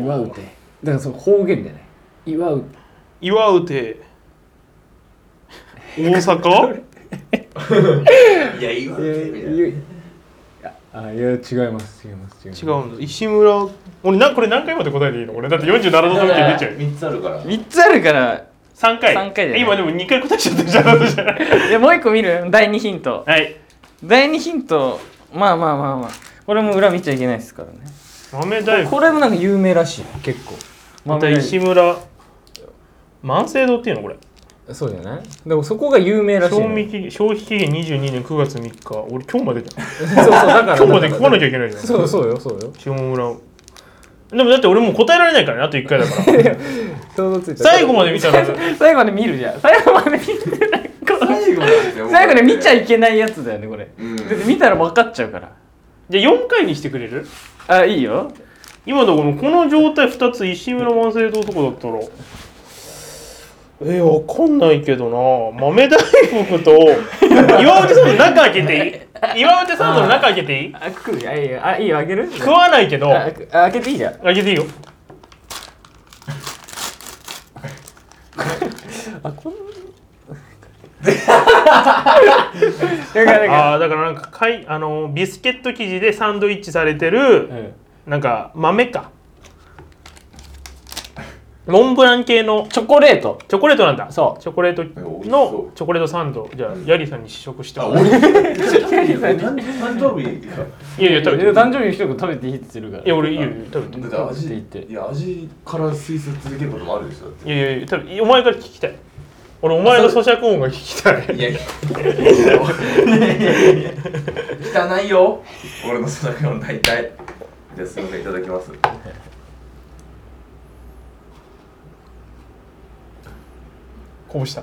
Speaker 1: 岩うてだからその方言じゃない岩う
Speaker 2: 岩腕大 阪
Speaker 3: いや言わ
Speaker 1: い
Speaker 3: れ
Speaker 1: や
Speaker 3: てみた
Speaker 1: い
Speaker 3: い
Speaker 1: や
Speaker 3: な
Speaker 1: いやあいや違います違います違いま
Speaker 2: 違
Speaker 1: す
Speaker 2: うの石村俺なこれ何回まで答えていいの俺だって47度の時出ちゃうよ
Speaker 3: 3つあるから
Speaker 1: 3つあるから
Speaker 2: 3回
Speaker 1: 三回だよね
Speaker 2: 今でも2回答えちゃったじゃん 私はい
Speaker 1: やもう一個見る第2ヒント
Speaker 2: い
Speaker 1: 第2ヒントまあまあまあまあこれも裏見ちゃいけないですからね
Speaker 2: 豆大福
Speaker 1: これもなんか有名らしい結構
Speaker 2: また石村万世堂っていうのこれ
Speaker 1: そうじゃないでもそこが有名らしい
Speaker 2: 賞
Speaker 1: の
Speaker 2: 味期限消費期限22年9月3日俺今日までじゃん
Speaker 1: そうそうだから
Speaker 2: 今日まで来なきゃいけないじゃん
Speaker 1: そうそうよそうよ
Speaker 2: 下村でもだって俺もう答えられないからねあと1回だから
Speaker 1: ちょうどついた
Speaker 2: 最後まで見 たら
Speaker 1: 最後まで見るじゃん最後まで見てない
Speaker 3: 最後なんですよ
Speaker 1: 最後で見ちゃ
Speaker 3: い
Speaker 1: いけないやつだよねこれ、
Speaker 3: うん
Speaker 1: だって見たら分かっちゃうから
Speaker 2: じゃあ4回にしてくれる
Speaker 1: あいいよ
Speaker 2: 今のこのこの状態2つ石村万世堂とかだったらえー、わかんないけどな豆大福と岩内サンドの中開けて いい岩内サンドの中開けていい
Speaker 1: あくあいいよあいいよあげる
Speaker 2: 食わないけど
Speaker 1: ああ開けていいじゃん
Speaker 2: 開けていいよ
Speaker 1: あこん
Speaker 2: だからあーだからなんかかいあのービスケット生地でサンドイッチされてる、なんか豆かモンブラン系の
Speaker 1: チョコレート
Speaker 2: チョコレートなんだ
Speaker 1: そう
Speaker 2: チョコレート
Speaker 3: 美味しそ
Speaker 2: の
Speaker 3: う
Speaker 2: チョコレートサンドじゃあヤリさんに試食して
Speaker 3: あ、
Speaker 2: も
Speaker 3: 俺
Speaker 2: らう
Speaker 3: 誕生 日か
Speaker 2: いやいや食べてい
Speaker 1: 誕生日の人が食べていいって言ってるから
Speaker 2: や俺いいよいいよ食べて
Speaker 3: だって味いや味から推察できることもあるでしょだっ
Speaker 2: いやいやいや食べお前から聞きたい俺お前の咀嚼音が聞きた
Speaker 3: て
Speaker 2: い
Speaker 3: いやいやいやいや汚いよ俺のそのような大体じゃあすみませんいただきます
Speaker 2: こぼした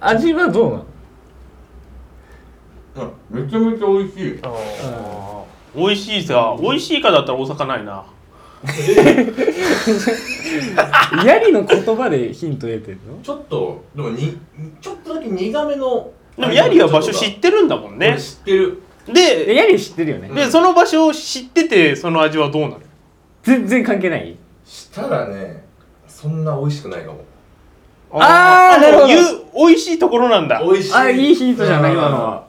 Speaker 1: 味はどうなの
Speaker 3: うんめちゃめちゃ美味しい
Speaker 2: あー美味しいさ美味しいかだったら大阪ないな
Speaker 1: ヤリの言葉でヒント得てるの
Speaker 3: ちょっとでもにちょっとだけ苦めの
Speaker 2: でもヤリは場所知ってるんだもんね
Speaker 3: 俺知ってる
Speaker 2: で
Speaker 1: えヤリ知ってるよね、
Speaker 2: で、その場所を知っててその味はどうなる
Speaker 1: 全然関係ない
Speaker 3: したらねそんな美味しくないかも
Speaker 1: あーなるほど
Speaker 2: ど美味しいところなんだ
Speaker 3: 美味しい
Speaker 1: あいいヒントじゃない今のは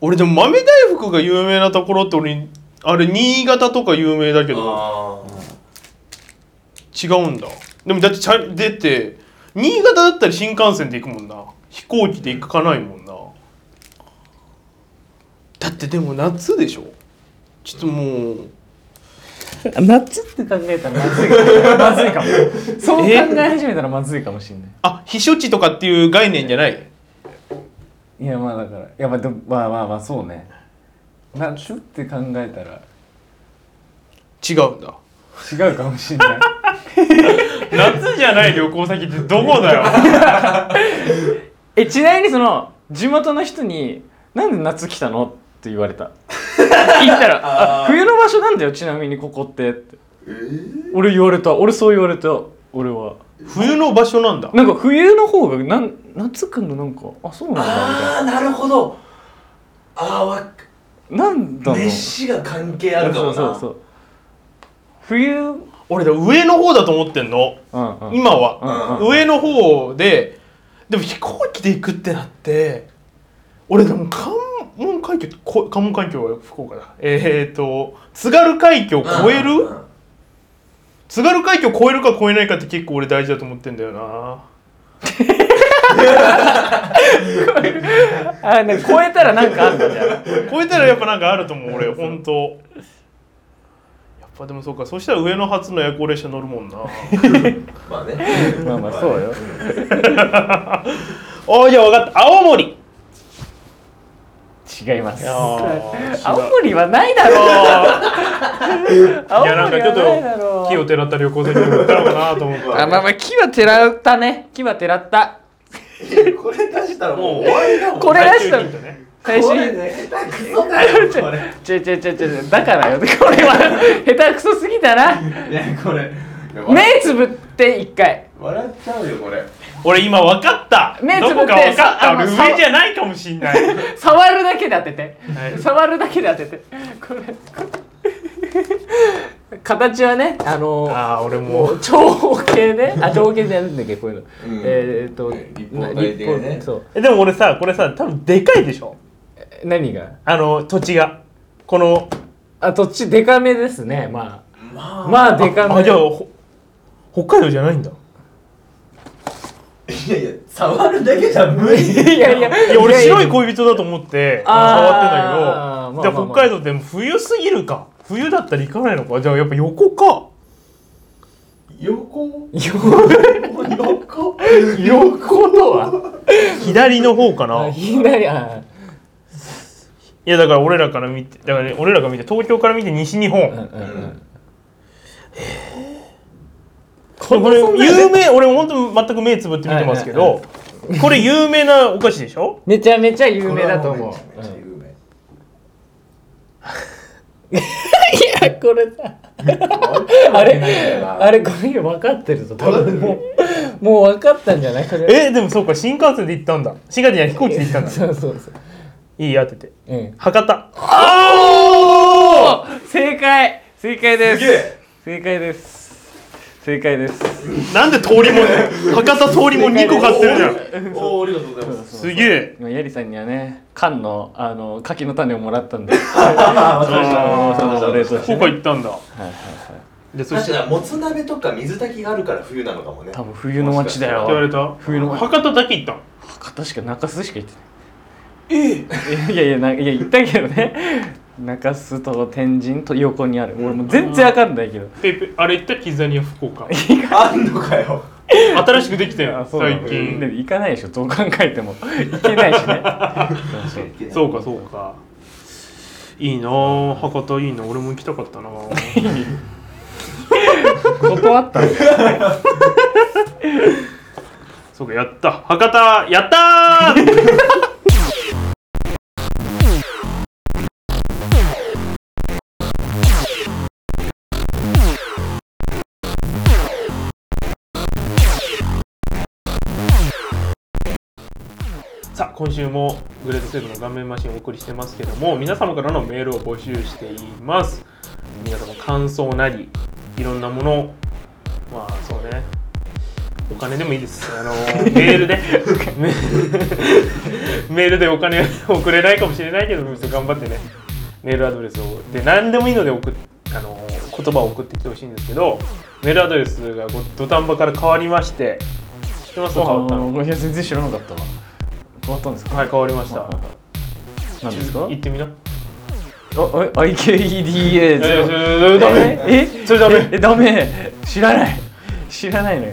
Speaker 2: 俺でも豆大福が有名なところって俺あれ新潟とか有名だけど
Speaker 3: あー
Speaker 2: 違うんだでもだってチャリ出て新潟だったら新幹線で行くもんな飛行機で行かないもんなだってでも夏でしょちょっともう
Speaker 1: 夏って考えたらまずいかもまずいかもそう考え始めたらまずいかもしれない
Speaker 2: あ避暑地とかっていう概念じゃない
Speaker 1: いやまあだからいやまあでもまあまあまあそうね夏って考えたら
Speaker 2: 違うんだ
Speaker 1: 違うかもしれない
Speaker 2: 夏じゃない旅行先ってどこだよ
Speaker 1: えちなみにその地元の人に「なんで夏来たの?」って言われ た言ったらあ「冬の場所なんだよちなみにここって」って
Speaker 3: えー
Speaker 1: 俺言われた俺そう言われた俺は
Speaker 2: 冬の場所なんだ
Speaker 1: なんか冬の方がなん夏くんのなんかあそうなんだみたい
Speaker 3: ああなるほどああわっ
Speaker 1: ななんだろう
Speaker 3: 飯が関係あるかもな
Speaker 1: そうそうそう冬うん
Speaker 2: 俺だ上の方だと思ってんの
Speaker 1: うん
Speaker 2: 今は、
Speaker 1: うん
Speaker 2: 上の方ででも飛行機で行くってなって俺でも関門海峡こ関門海峡は福岡だえっ、ー、と津軽海峡越え
Speaker 3: うんう
Speaker 2: る
Speaker 3: ん
Speaker 2: 津軽海峡越えるか越えないかって結構俺大事だと思ってんだよな
Speaker 1: あなんか超えたらなんかあるんだじゃん
Speaker 2: 超えたらやっぱなんかあると思う俺本当やっぱでもそうかそしたら上野発の夜行列車乗るもんなあ
Speaker 3: まあね
Speaker 1: まあまあ そうよ
Speaker 2: あじゃあ分かった青森
Speaker 1: 違います
Speaker 2: い や ー
Speaker 1: 青森はないだろう青
Speaker 2: いやなんか
Speaker 1: 森
Speaker 2: ちょ
Speaker 1: は
Speaker 2: っ
Speaker 1: ないだろ
Speaker 2: と木を
Speaker 1: う
Speaker 2: てらった旅行先に行ったのかなと思った
Speaker 1: あまあまあ木はてらったね木はてらった
Speaker 3: これ出したらもう終わりだもん
Speaker 1: これ出した
Speaker 2: 最終ヒントね
Speaker 1: 最
Speaker 3: こ
Speaker 1: 初
Speaker 3: れ
Speaker 1: に
Speaker 3: ね下手くそだよこれ
Speaker 1: ちょちょちょちょだからよこれは下手くそすぎた ない
Speaker 3: やこれ
Speaker 1: 目つぶって一回
Speaker 3: 笑っちゃうよこれ
Speaker 2: 俺今分かった
Speaker 1: 目つぶって
Speaker 2: どこか分か
Speaker 1: あ
Speaker 2: った
Speaker 1: の
Speaker 2: 俺
Speaker 1: さ
Speaker 2: 上じゃないかもしんない
Speaker 1: 触るだけで当てて、
Speaker 2: はい
Speaker 1: 触るだけで当ててこれこれ形はねあの
Speaker 2: ああ俺もう
Speaker 1: 長方形ねあ長方形じゃないんだっけこういうの、
Speaker 3: うん
Speaker 1: えーっと
Speaker 3: ね立方体的なね
Speaker 1: 立方そう
Speaker 2: えでも俺さこれさ多分でかいでしょ
Speaker 1: え何が
Speaker 2: あの土地がこの
Speaker 1: あ土地デカめですねま
Speaker 3: ま
Speaker 1: あまあデカめ
Speaker 2: あじゃあほ北海道じゃないんだ
Speaker 3: あいやいや触るだけじゃ無理
Speaker 1: いやいや
Speaker 2: いや俺白い恋人だと思って触
Speaker 1: あー
Speaker 2: ってんだ
Speaker 1: まあ
Speaker 2: け
Speaker 1: まあま
Speaker 2: どじ
Speaker 1: あ
Speaker 2: ゃあ北海道って冬すぎるか冬だったら行かないのかじゃあやっぱ横か
Speaker 3: 横
Speaker 1: 横
Speaker 3: 横
Speaker 1: 横とは
Speaker 2: 左の方かな
Speaker 1: あ左あ
Speaker 2: いやだから俺らから見てだからね、俺らが見て東京から見て西日
Speaker 1: うんう
Speaker 2: 本
Speaker 1: んうん
Speaker 2: これ有名俺本当全く目つぶって見てますけ
Speaker 1: はいは
Speaker 2: どこれ有名なお菓子でしょ
Speaker 1: めちゃめちゃ有名だと思う
Speaker 3: これはもめちゃめちゃ有名
Speaker 1: いやこれさあれあれこれ分かってるぞ多分もうもう分かったんじゃないこれ
Speaker 2: えでもそうか新幹線で行ったんだ新幹線じゃない飛行機で行ったんだ
Speaker 1: そうそうそう
Speaker 2: いい当てて
Speaker 1: うん
Speaker 2: 博多
Speaker 1: 正解正解です
Speaker 3: すげえ
Speaker 1: 正解です正解です
Speaker 2: なんで通りもん博多通りもん2個買ってるじゃん
Speaker 3: おーおーありがとうございます
Speaker 2: すげえ
Speaker 1: 今ヤリさんにはね缶のあの柿の種をもらったんで
Speaker 3: あ
Speaker 1: そうそうそうお礼として
Speaker 2: 福
Speaker 1: ね
Speaker 2: 岡行ったんだでそ
Speaker 3: 確
Speaker 2: して
Speaker 3: かにもつ鍋とか水炊きがあるから冬なのかもね
Speaker 1: 多分冬の街だよ
Speaker 2: 言われた
Speaker 1: 冬の
Speaker 2: 博多だけ行ったん
Speaker 1: 博多しか中洲しか行って
Speaker 2: ええ
Speaker 1: ないいやいやないや行ったけどね中洲と天神と横にある俺もう全然わかんないけど
Speaker 2: ペペあれ行ったキザニア福岡
Speaker 3: あんのかよ
Speaker 2: 新しくできたよ
Speaker 1: あそうな
Speaker 2: 最
Speaker 1: の
Speaker 2: 近
Speaker 1: で行かないでしょどう考えても行けないしねそうそう
Speaker 2: そうかそうかいいなあ博多いいな俺も行きたかったな
Speaker 1: 断ったんだよ
Speaker 2: そうかやった博多やったーさあ今週もグレードセブンの顔面マシンをお送りしてますけども皆様からのメールを募集しています皆様感想なりいろんなものをまあそうねお金でもいいです。あのメールで メメールでお金を送れないかもしれないけど、別に頑張ってね。メールアドレスをで何でもいいので送っあの言葉を送ってきてほしいんですけど、メールアドレスがこう土壇場から変わりまして、知ってます変わったの？
Speaker 1: いや全然知らなかったわ変わったんですか
Speaker 2: はい変わりました。
Speaker 1: 何ですか
Speaker 2: 言ってみな。
Speaker 1: あえ IKEDA
Speaker 2: いやいやそれダメ。
Speaker 1: え
Speaker 2: それダメ
Speaker 1: えダメ知らない知らないのよ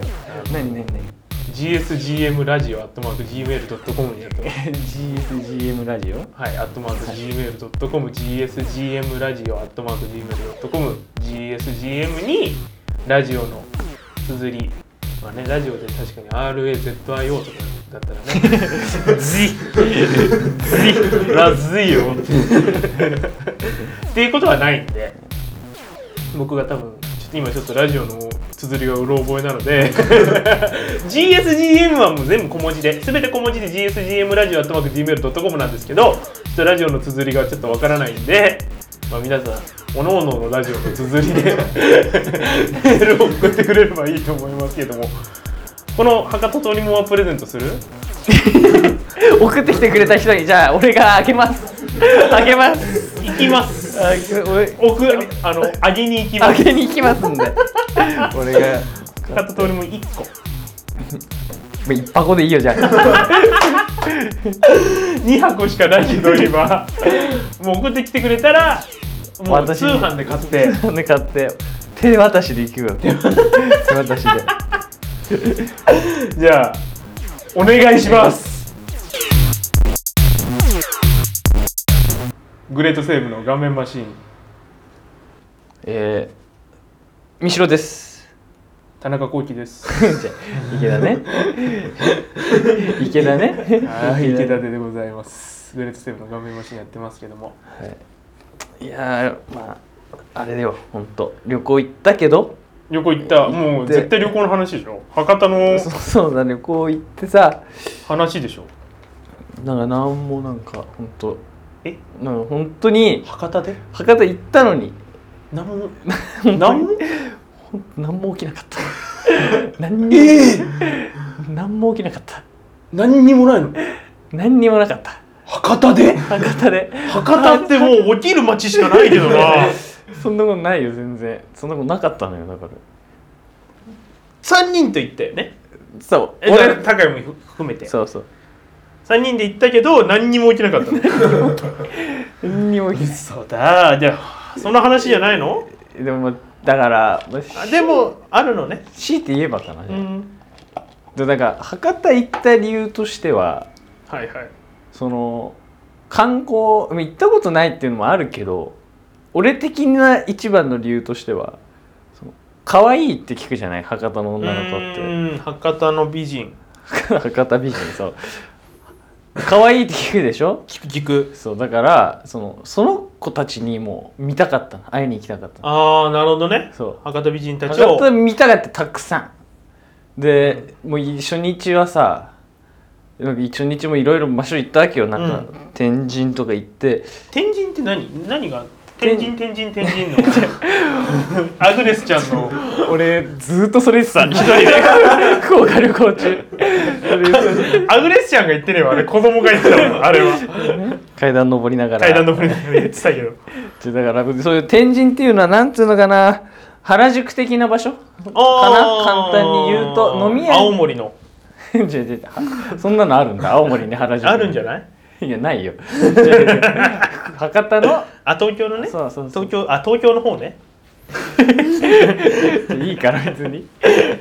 Speaker 1: 何何何
Speaker 2: GSGM ラジオアットマーク gmail ドットコムにやってます。
Speaker 1: GSGM ラジオ
Speaker 2: はい、アットマーク Gmail.com、GSGM ラジオ、アットマーク Gmail.com、GSGM にラジオの綴り、まあね、ラジオで確かに RAZIO とかだったらね、Z、Z、ラズイオっていうことはないんで、僕が多分、ちょっと今ちょっとラジオの綴りがうろ覚えなので、GSGM はもう全部小文字で、すべて小文字で GSGM ラジオアットマーク Gmail.com なんですけど、ちょっとラジオの綴りがちょっとわからないんで、まあ、皆さん、おのおののラジオの綴りで メールを送ってくれればいいと思いますけども、この博多とりもはプレゼントする
Speaker 1: 送ってきてくれた人にじゃあ俺が開けます開けます
Speaker 2: 行きます
Speaker 1: あお
Speaker 2: 送あの、あげに行きま
Speaker 1: 開
Speaker 2: す
Speaker 1: けに行きますんで俺が
Speaker 2: 博多とりも1個。
Speaker 1: まあ一箱でいいよじゃあ
Speaker 2: 2箱しかないけど今もう送ってきてくれたらもう
Speaker 1: 私
Speaker 2: 通
Speaker 1: に
Speaker 2: 販で買って
Speaker 1: 通販で買って手渡しで行くよ手渡しで
Speaker 2: じゃあお願いしますグレートセーブの画面マシーン
Speaker 1: えー、三代です
Speaker 2: 田中幸喜です
Speaker 1: じゃあ池田ね池田ね
Speaker 2: はい池田手でございますグレートセーブの画面マシーンやってますけども
Speaker 1: いやーまああれだよほんと旅行行ったけど
Speaker 2: 旅行行ったもう
Speaker 1: で
Speaker 2: 絶対旅行の話でしょ博多の
Speaker 1: そうそうだね旅行行ってさ
Speaker 2: 話でしょ
Speaker 1: なんかなんもなんかほんと
Speaker 2: え
Speaker 1: なんか本当に
Speaker 2: 博多で
Speaker 1: 博多行ったのに
Speaker 2: 何も何も
Speaker 1: ほんと何も起きなか った何にも、え何も起きなかった
Speaker 2: 何にもないの
Speaker 1: 何にもなかった
Speaker 2: 博多で
Speaker 1: 博多で
Speaker 2: 博多ってもう起きる街しかないけど な
Speaker 1: そんなことないよ全然そんなことなかったのよだから
Speaker 2: 3人と行ったよね
Speaker 1: そう
Speaker 2: 俺高谷も含めて
Speaker 1: そうそう
Speaker 2: 3人で行ったけど何にも起きなかったの
Speaker 1: 何にも起きない
Speaker 2: そうだじゃあその話じゃないの
Speaker 1: でもだからまあ
Speaker 2: あでもあるのね
Speaker 1: 強いて言えばかな、
Speaker 2: うん
Speaker 1: でだから博多行った理由としては
Speaker 2: はいはい
Speaker 1: その観光まあ行ったことないっていうのもあるけど俺的な一番の理由としてはその可愛いって聞くじゃない博多の女の子って
Speaker 2: うん博多の美人
Speaker 1: 博多美人そう可愛いって聞くでしょ
Speaker 2: 聞く聞く
Speaker 1: そうだからそのその子たちにもう見たかったの会いに行きたかったの
Speaker 2: ああなるほどね
Speaker 1: そう
Speaker 2: 博多美人たち
Speaker 1: 博
Speaker 2: を
Speaker 1: 多見たかったたくさんで、もう初日はさなんか初日もいろいろ場所行ったわけよなんか、
Speaker 2: うん
Speaker 1: 天神とか行って
Speaker 2: 天神って何何が天神天神天神の アグネスちゃんの
Speaker 4: 俺ずーっとそれ言ってた一人で福岡旅行中それ言って
Speaker 2: アグネスちゃんが言ってねえわあれ子供が言ってた もんあれは
Speaker 4: たね階段登りながら
Speaker 2: 階段登りながら言ってたけど
Speaker 4: ちょだからそういう天神っていうのはなんつうのかな原宿的な場所 簡単に言うと飲み屋
Speaker 2: 青森の
Speaker 4: 違う違うはそんなのあるんだ青森に原宿に
Speaker 2: あるんじゃない
Speaker 4: い やないよ違う違う博多の
Speaker 2: あ東京のね
Speaker 4: そうそうそう
Speaker 2: 東京あ東京の方ね
Speaker 4: いいから別に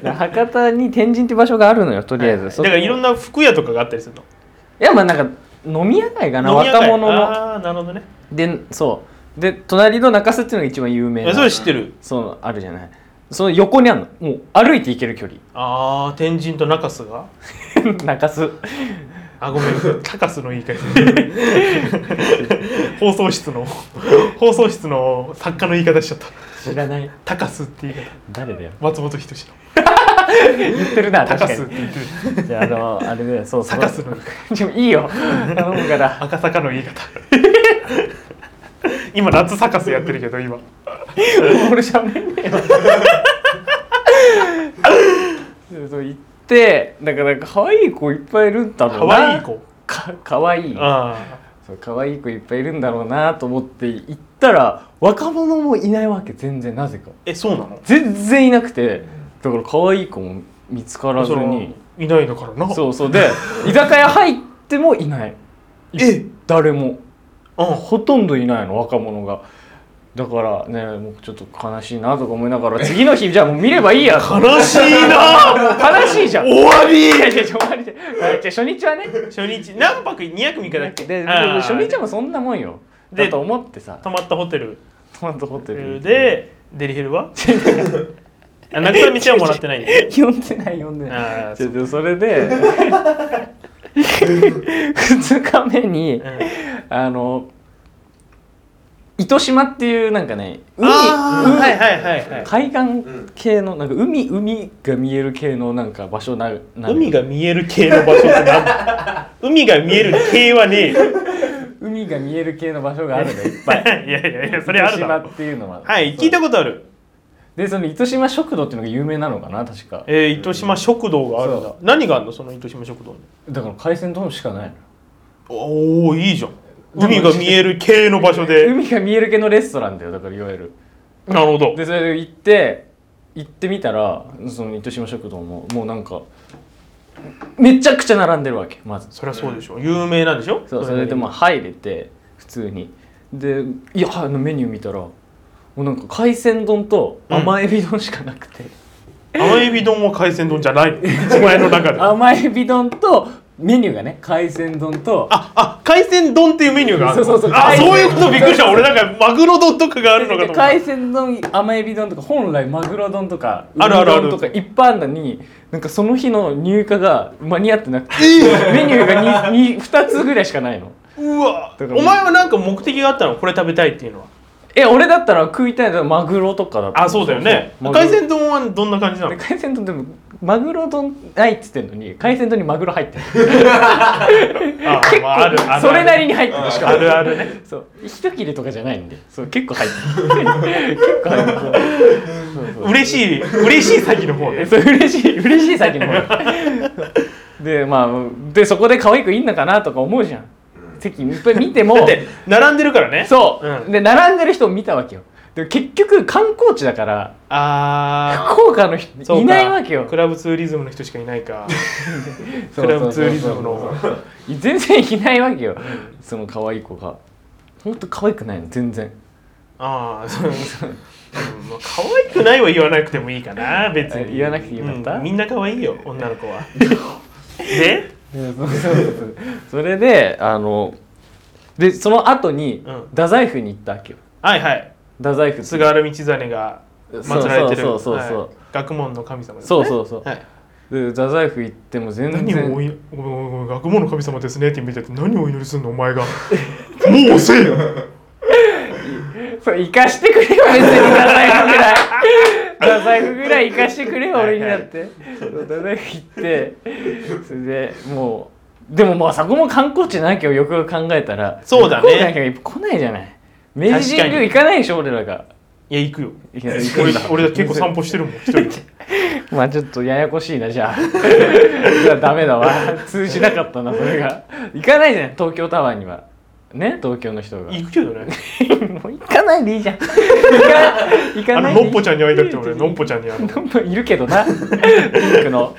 Speaker 4: 博多に天神って場所があるのよとりあえず、そ
Speaker 2: だ
Speaker 4: こ
Speaker 2: からいろんな服屋とかがあったりするの
Speaker 4: いやまあなんか飲み屋街かな
Speaker 2: 飲み屋街
Speaker 4: 若者の
Speaker 2: ああなるほどね
Speaker 4: でそうで隣の中洲っていうのが一番有名
Speaker 2: え
Speaker 4: な
Speaker 2: それ知ってる
Speaker 4: そうあるじゃないその横にあるのもう歩いて行ける距離
Speaker 2: ああ天神と中洲が
Speaker 4: 中洲
Speaker 2: あごめ ん高須の言い方放送室の放送室の作家の言い方しちゃった
Speaker 4: 知らない
Speaker 2: 高須って言い方
Speaker 4: 誰だよ
Speaker 2: 松本人志の
Speaker 4: 言ってるな
Speaker 2: 高
Speaker 4: 確か
Speaker 2: 須って
Speaker 4: に
Speaker 2: 言ってる
Speaker 4: じゃああのあれだよそうそう
Speaker 2: 高須の言い方
Speaker 4: でもいいよ頼むから
Speaker 2: 赤坂の言い方 今夏サカスやってるけど今
Speaker 4: 俺しゃべんねえよそう行ってだから可愛い子いっぱいいるんだろ
Speaker 2: 可
Speaker 4: うな
Speaker 2: 愛い子
Speaker 4: か可愛い
Speaker 2: あ
Speaker 4: そう可愛い子いっぱいいるんだろうなと思って行ったら若者もいないわけ全然なぜか
Speaker 2: えそうなの
Speaker 4: 全然いなくてだから可愛い子も見つからず
Speaker 2: その
Speaker 4: に
Speaker 2: いないのからな
Speaker 4: そうそうで居酒屋入ってもいない
Speaker 2: え
Speaker 4: 誰も
Speaker 2: うん
Speaker 4: ほとんどいないの若者がだからねもうちょっと悲しいなとか思いながら次の日じゃあもう見ればいいや
Speaker 2: 悲しいな
Speaker 4: 悲しいじゃん
Speaker 2: 終わり
Speaker 4: いやいや終わりじゃんじゃあ初 日はね
Speaker 2: 初日何泊2泊3日だっけ
Speaker 4: でで
Speaker 2: あー
Speaker 4: 初日はもうそんなもんよ
Speaker 2: で
Speaker 4: だと思ってさ
Speaker 2: 泊まったホテル
Speaker 4: トマトホテル
Speaker 2: でデリヘルは あなくさ道はもらってない んだ
Speaker 4: 呼んでない呼んでない
Speaker 2: あー
Speaker 4: ち
Speaker 2: そ
Speaker 4: ょ
Speaker 2: う
Speaker 4: っとそれで 2日目に
Speaker 2: うん
Speaker 4: あの糸島っていうなんかね海
Speaker 2: あーはいはいはいはい
Speaker 4: 海岸系のなんか海海が見える系のなんか場所なな
Speaker 2: 海が見える系の場所ってなんだ海が見える系はねえよ
Speaker 4: 海が見える系の場所があるのいっぱい
Speaker 2: いやいやいやそれあるだ
Speaker 4: 糸
Speaker 2: ろ
Speaker 4: 島っていうのは
Speaker 2: はい聞いたことある
Speaker 4: でその糸島食堂っていうのが有名なのかな確か
Speaker 2: えー、糸島食堂があるんだ
Speaker 4: そ
Speaker 2: 何があるのその糸島食堂に
Speaker 4: だから海鮮丼しかないの
Speaker 2: おおいいじゃん海が見える系の場所で
Speaker 4: 海が見える系のレストランだよだからいわゆる
Speaker 2: なるほど
Speaker 4: でそれで行って行ってみたらその糸島食堂ももうなんかめちゃくちゃ並んでるわけまず
Speaker 2: そりゃそうでしょ有名なんでしょ
Speaker 4: そうそれでまあ入れて普通にでいやあのメニュー見たらもうなんか海鮮丼と甘エビ丼しかなくて、
Speaker 2: 甘エビ丼は海鮮丼じゃないのお前の中であ
Speaker 4: 甘エビ丼とメニューがね海鮮丼と
Speaker 2: あ海鮮丼っていうメニューがあるの
Speaker 4: そうそうそう
Speaker 2: あ
Speaker 4: 海鮮
Speaker 2: そういうことびっくりした俺なんかマグロ丼とかがあるのかと思った
Speaker 4: 海鮮丼甘エビ丼とか本来マグロ丼とか
Speaker 2: あるあるある
Speaker 4: ウニ丼とかいっぱいあるのになんかその日の入荷が間に合って なくて、メニューが 2, 2つぐらいしかないの
Speaker 2: うわ
Speaker 4: だから
Speaker 2: お前はなんか目的があったのこれ食べたいっていうのは
Speaker 4: え俺だったら食いたいのはマグロとかだった
Speaker 2: あそうだよね
Speaker 4: そうそうマ
Speaker 2: 海
Speaker 4: グロ
Speaker 2: 鮮丼はどんな感じなの
Speaker 4: で海鮮丼でもマグロ丼ないっつってんのに海鮮丼にマグロ入ってる
Speaker 2: あー、まあ、あるあるある
Speaker 4: それなりに入ってるしかも
Speaker 2: あるあるね
Speaker 4: そう一切れとかじゃないんでそう結構入ってる結構入ってるそうそうそう
Speaker 2: 嬉しい嬉しい詐欺の方ね
Speaker 4: えそう嬉しい嬉し い先の方でまあでそこで可愛くいいのかなとか思うじゃん席いっぱい見ても
Speaker 2: だって並んでるからね
Speaker 4: そう、
Speaker 2: うん
Speaker 4: で並んでる人を見たわけよで結局観光地だから
Speaker 2: あ
Speaker 4: 福岡の人
Speaker 2: ー
Speaker 4: いないわけよ
Speaker 2: クラブツーリズムの人しかいないか
Speaker 4: そう
Speaker 2: クラブツ
Speaker 4: そうそうそう
Speaker 2: ーリズムの
Speaker 4: 全然いないわけよその可愛い子がほんと可愛くないの全然
Speaker 2: ああそう、うんまあ可愛くないは言わなくてもいいかな別
Speaker 4: あ
Speaker 2: に
Speaker 4: 言わなくてよかった
Speaker 2: みんな可愛いよ女の子 はで
Speaker 4: そうそうそう それであのでその後に、
Speaker 2: うん
Speaker 4: 太宰府に行ったわけよ
Speaker 2: はいはい
Speaker 4: 太宰府って
Speaker 2: 菅原道真が祀られてる
Speaker 4: そうそうそうそう
Speaker 2: はい学問の神様ですね
Speaker 4: そうそうそう
Speaker 2: はい
Speaker 4: で太宰府行っても全
Speaker 2: 何をお
Speaker 4: 然
Speaker 2: いおいおいおい学問の神様ですねって見てて何をお祈りするのお前が もうせえよ
Speaker 4: そう生かしてくれよ別に太宰府 ぐらい太宰府ぐらい生かしてくれよ俺にだってそう太宰府行ってそれでもうでもまあそこも観光地なきゃよくよく考えたら
Speaker 2: そうだね
Speaker 4: 福岡なきゃ来ないじゃない明治神宮行かないでしょ俺らが
Speaker 2: いや行くよ
Speaker 4: いや行くん
Speaker 2: 俺
Speaker 4: だ
Speaker 2: 俺だって結構散歩してるもん一人で
Speaker 4: まあちょっとややこしいなじゃあ じゃあダメだわ通じなかったなそれが行かないじゃん東京タワーにはね東京の人がも
Speaker 2: 行くけどね
Speaker 4: う行かないでいいじゃん行か行
Speaker 2: あ
Speaker 4: かな
Speaker 2: の
Speaker 4: いでいい
Speaker 2: のっぽちゃんに会いたくて俺のっぽちゃんにあの
Speaker 4: のんぽいるけどなピンクの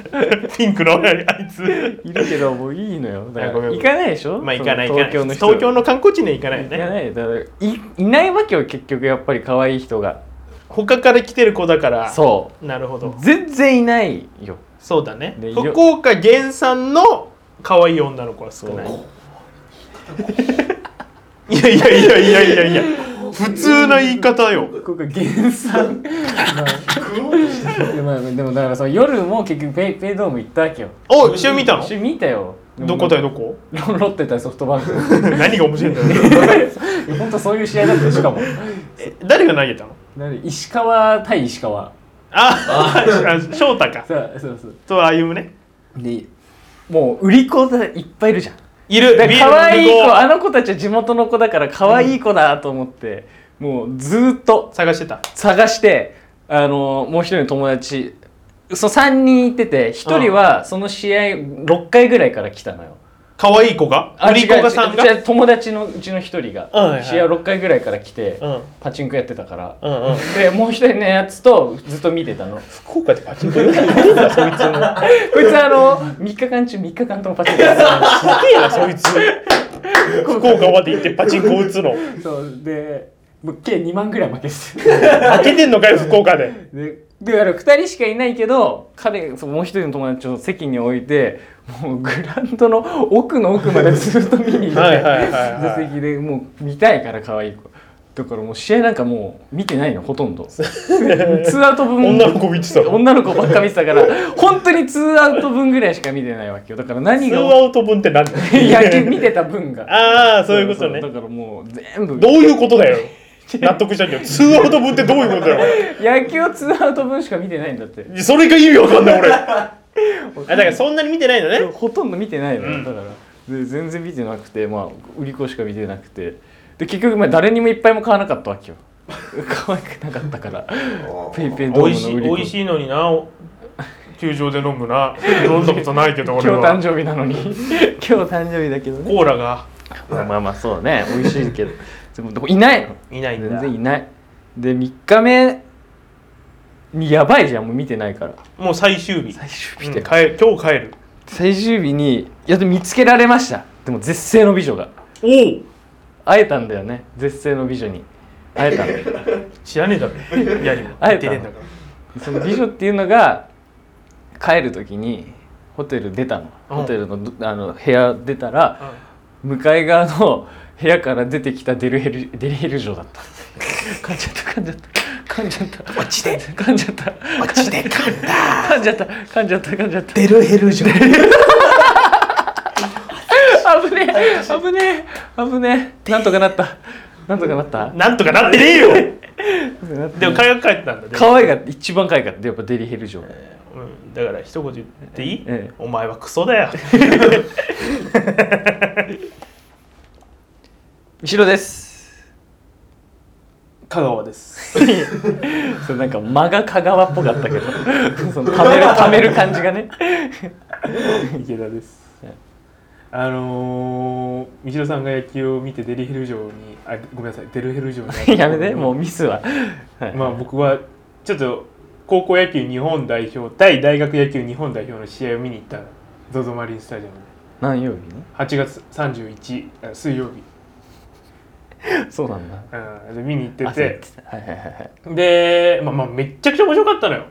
Speaker 2: ピンクのあいつ
Speaker 4: いるけどもういいのよだか
Speaker 2: いやごめ
Speaker 4: ら
Speaker 2: んごめん
Speaker 4: 行かないでしょ
Speaker 2: まあ行かない行
Speaker 4: その
Speaker 2: かない
Speaker 4: 東京の人
Speaker 2: 東京の観光地には行かないよ
Speaker 4: 行か
Speaker 2: ね
Speaker 4: ないだからいいないわけよ結局やっぱり可愛い人が
Speaker 2: 他から来てる子だから
Speaker 4: そう
Speaker 2: なるほど
Speaker 4: 全然いないよ
Speaker 2: そうだね
Speaker 4: で
Speaker 2: 福岡原産の可愛い女の子は少ないいやいやいやいやいやいや普通な言い方よ
Speaker 4: ここ原産まあでもだからその夜も結局ペイペイドーム行ったわけよ
Speaker 2: お一緒に見たの
Speaker 4: 一緒に見たよ
Speaker 2: どこだよどこ
Speaker 4: ロロッテ対ソフトバンク
Speaker 2: 何が面白いんだよ
Speaker 4: 本当そういう試合だったよしかも
Speaker 2: え 誰が投げたの
Speaker 4: なんで石川対石川
Speaker 2: ああ翔太か
Speaker 4: そうそうそう
Speaker 2: と歩むね
Speaker 4: でもう売り子がいっぱいいるじゃん
Speaker 2: いる
Speaker 4: だか
Speaker 2: ビ
Speaker 4: ら
Speaker 2: ール
Speaker 4: 可
Speaker 2: の
Speaker 4: 愛い
Speaker 2: 向こう
Speaker 4: 子あの子たちは地元の子だから可愛い子だと思って、もうずーっと
Speaker 2: 探してた
Speaker 4: 探してあのもう一人の友達そう3人行ってて1人はその試合6回ぐらいから来たのよ。
Speaker 2: 可愛い子が売り子がさんが
Speaker 4: 違う違う違う友達のうちの1人
Speaker 2: うんはいは
Speaker 4: が
Speaker 2: い
Speaker 4: 試合6回ぐらいから来て、
Speaker 2: うん
Speaker 4: パチンコやってたから。
Speaker 2: うんうん
Speaker 4: でもう一人のやつとずっと見てたのこ
Speaker 2: 福岡でパチンコやるんだそいつも
Speaker 4: いつあの3日間中3日間ともパチンコやってた
Speaker 2: すげえな そいつ福岡まで行ってパチンコ打つの
Speaker 4: のそうでもう計2万ぐらい負けです
Speaker 2: 負けてんのかよ福岡で
Speaker 4: でであの2人しかいないけど彼そのもう一人の友達を席に置いてもうグラウンドの奥の奥までずっと見に行って
Speaker 2: はいはいはいはい
Speaker 4: 座席でもう見たいから可愛い子だからもう試合なんかもう見てないのほとんどツーアウト分
Speaker 2: 女の子見てたの
Speaker 4: 女の子ばっか見てたから本当にツーアウト分ぐらいしか見てないわけよだから何
Speaker 2: ツー
Speaker 4: が
Speaker 2: アウト分って何
Speaker 4: 野球見てた分が
Speaker 2: ああそういうことね
Speaker 4: そうだからもう全部
Speaker 2: どういうこと だよ納得したけどツーアウト分ってどういうことだよ
Speaker 4: 野球をツーアウト分しか見てないんだって
Speaker 2: それが意味わかんない 俺あだからそんなに見てないのね
Speaker 4: ほとんど見てないのよ、
Speaker 2: うん
Speaker 4: だからで全然見てなくてまあ売り子しか見てなくてで結局まあ誰にもいっぱいも買わなかったわ けよ可愛くなかったからペイペイドームの売り子
Speaker 2: いのにな球場で飲むな飲んだことないけど
Speaker 4: 今日誕生日な のに今日誕生日だけどね
Speaker 2: コーラが
Speaker 4: まあまあまあそ うね美味しいけどでもでもいないの
Speaker 2: いないん
Speaker 4: 全
Speaker 2: だ
Speaker 4: 然いないで3日目にやばいじゃんもう見てないから
Speaker 2: もう最終日
Speaker 4: 最終
Speaker 2: う
Speaker 4: 日
Speaker 2: ん
Speaker 4: で、
Speaker 2: 帰る今日帰る
Speaker 4: 最終日にやっと見つけられましたでも絶世の美女が
Speaker 2: おお
Speaker 4: 会えたんだよね絶世の美女に会えたの
Speaker 2: 知らねえだ ろやりも
Speaker 4: 会えた
Speaker 2: 出てんだから
Speaker 4: その美女っていうのが帰る時にホテル出たの
Speaker 2: うん
Speaker 4: ホテルのどあの部屋出たら向かい側の 部屋から出てきたデルヘルデリヘル嬢だった 噛んじゃった噛んじゃった噛んじゃったマジで噛んじゃったマジで噛んだ噛んじゃった噛んじゃった噛んじゃった
Speaker 2: デルヘルジ ョ
Speaker 4: 危ねえ危ねえ危ねえなんとかなったなんとかなった
Speaker 2: なんとかなってねえよでも
Speaker 4: か
Speaker 2: 会話帰ってたんだでも
Speaker 4: 可愛かった一番可愛かったやっぱデリヘル嬢
Speaker 2: うんだから一言言っていい、
Speaker 4: ええ
Speaker 2: お前はクソだよ
Speaker 4: 後ろです
Speaker 2: 香川です
Speaker 4: それなんか間が香川っぽかったけど そのた めるためる感じがね
Speaker 2: 池田ですあのー、三代さんが野球を見てデリヘル城にあごめんなさいデルヘル城 に
Speaker 4: やめてもうミスは、はい
Speaker 2: まあ僕はちょっと高校野球日本代表対大学野球日本代表の試合を見に行った ZOZO マリンスタジアムで
Speaker 4: 何曜日ね
Speaker 2: 8月31あ水曜日、
Speaker 4: そうなんだ
Speaker 2: うん、で見に行って
Speaker 4: 焦
Speaker 2: て
Speaker 4: ってたはいはいはいはい
Speaker 2: で、まあ、まあめっちゃくちゃ面白かったのよ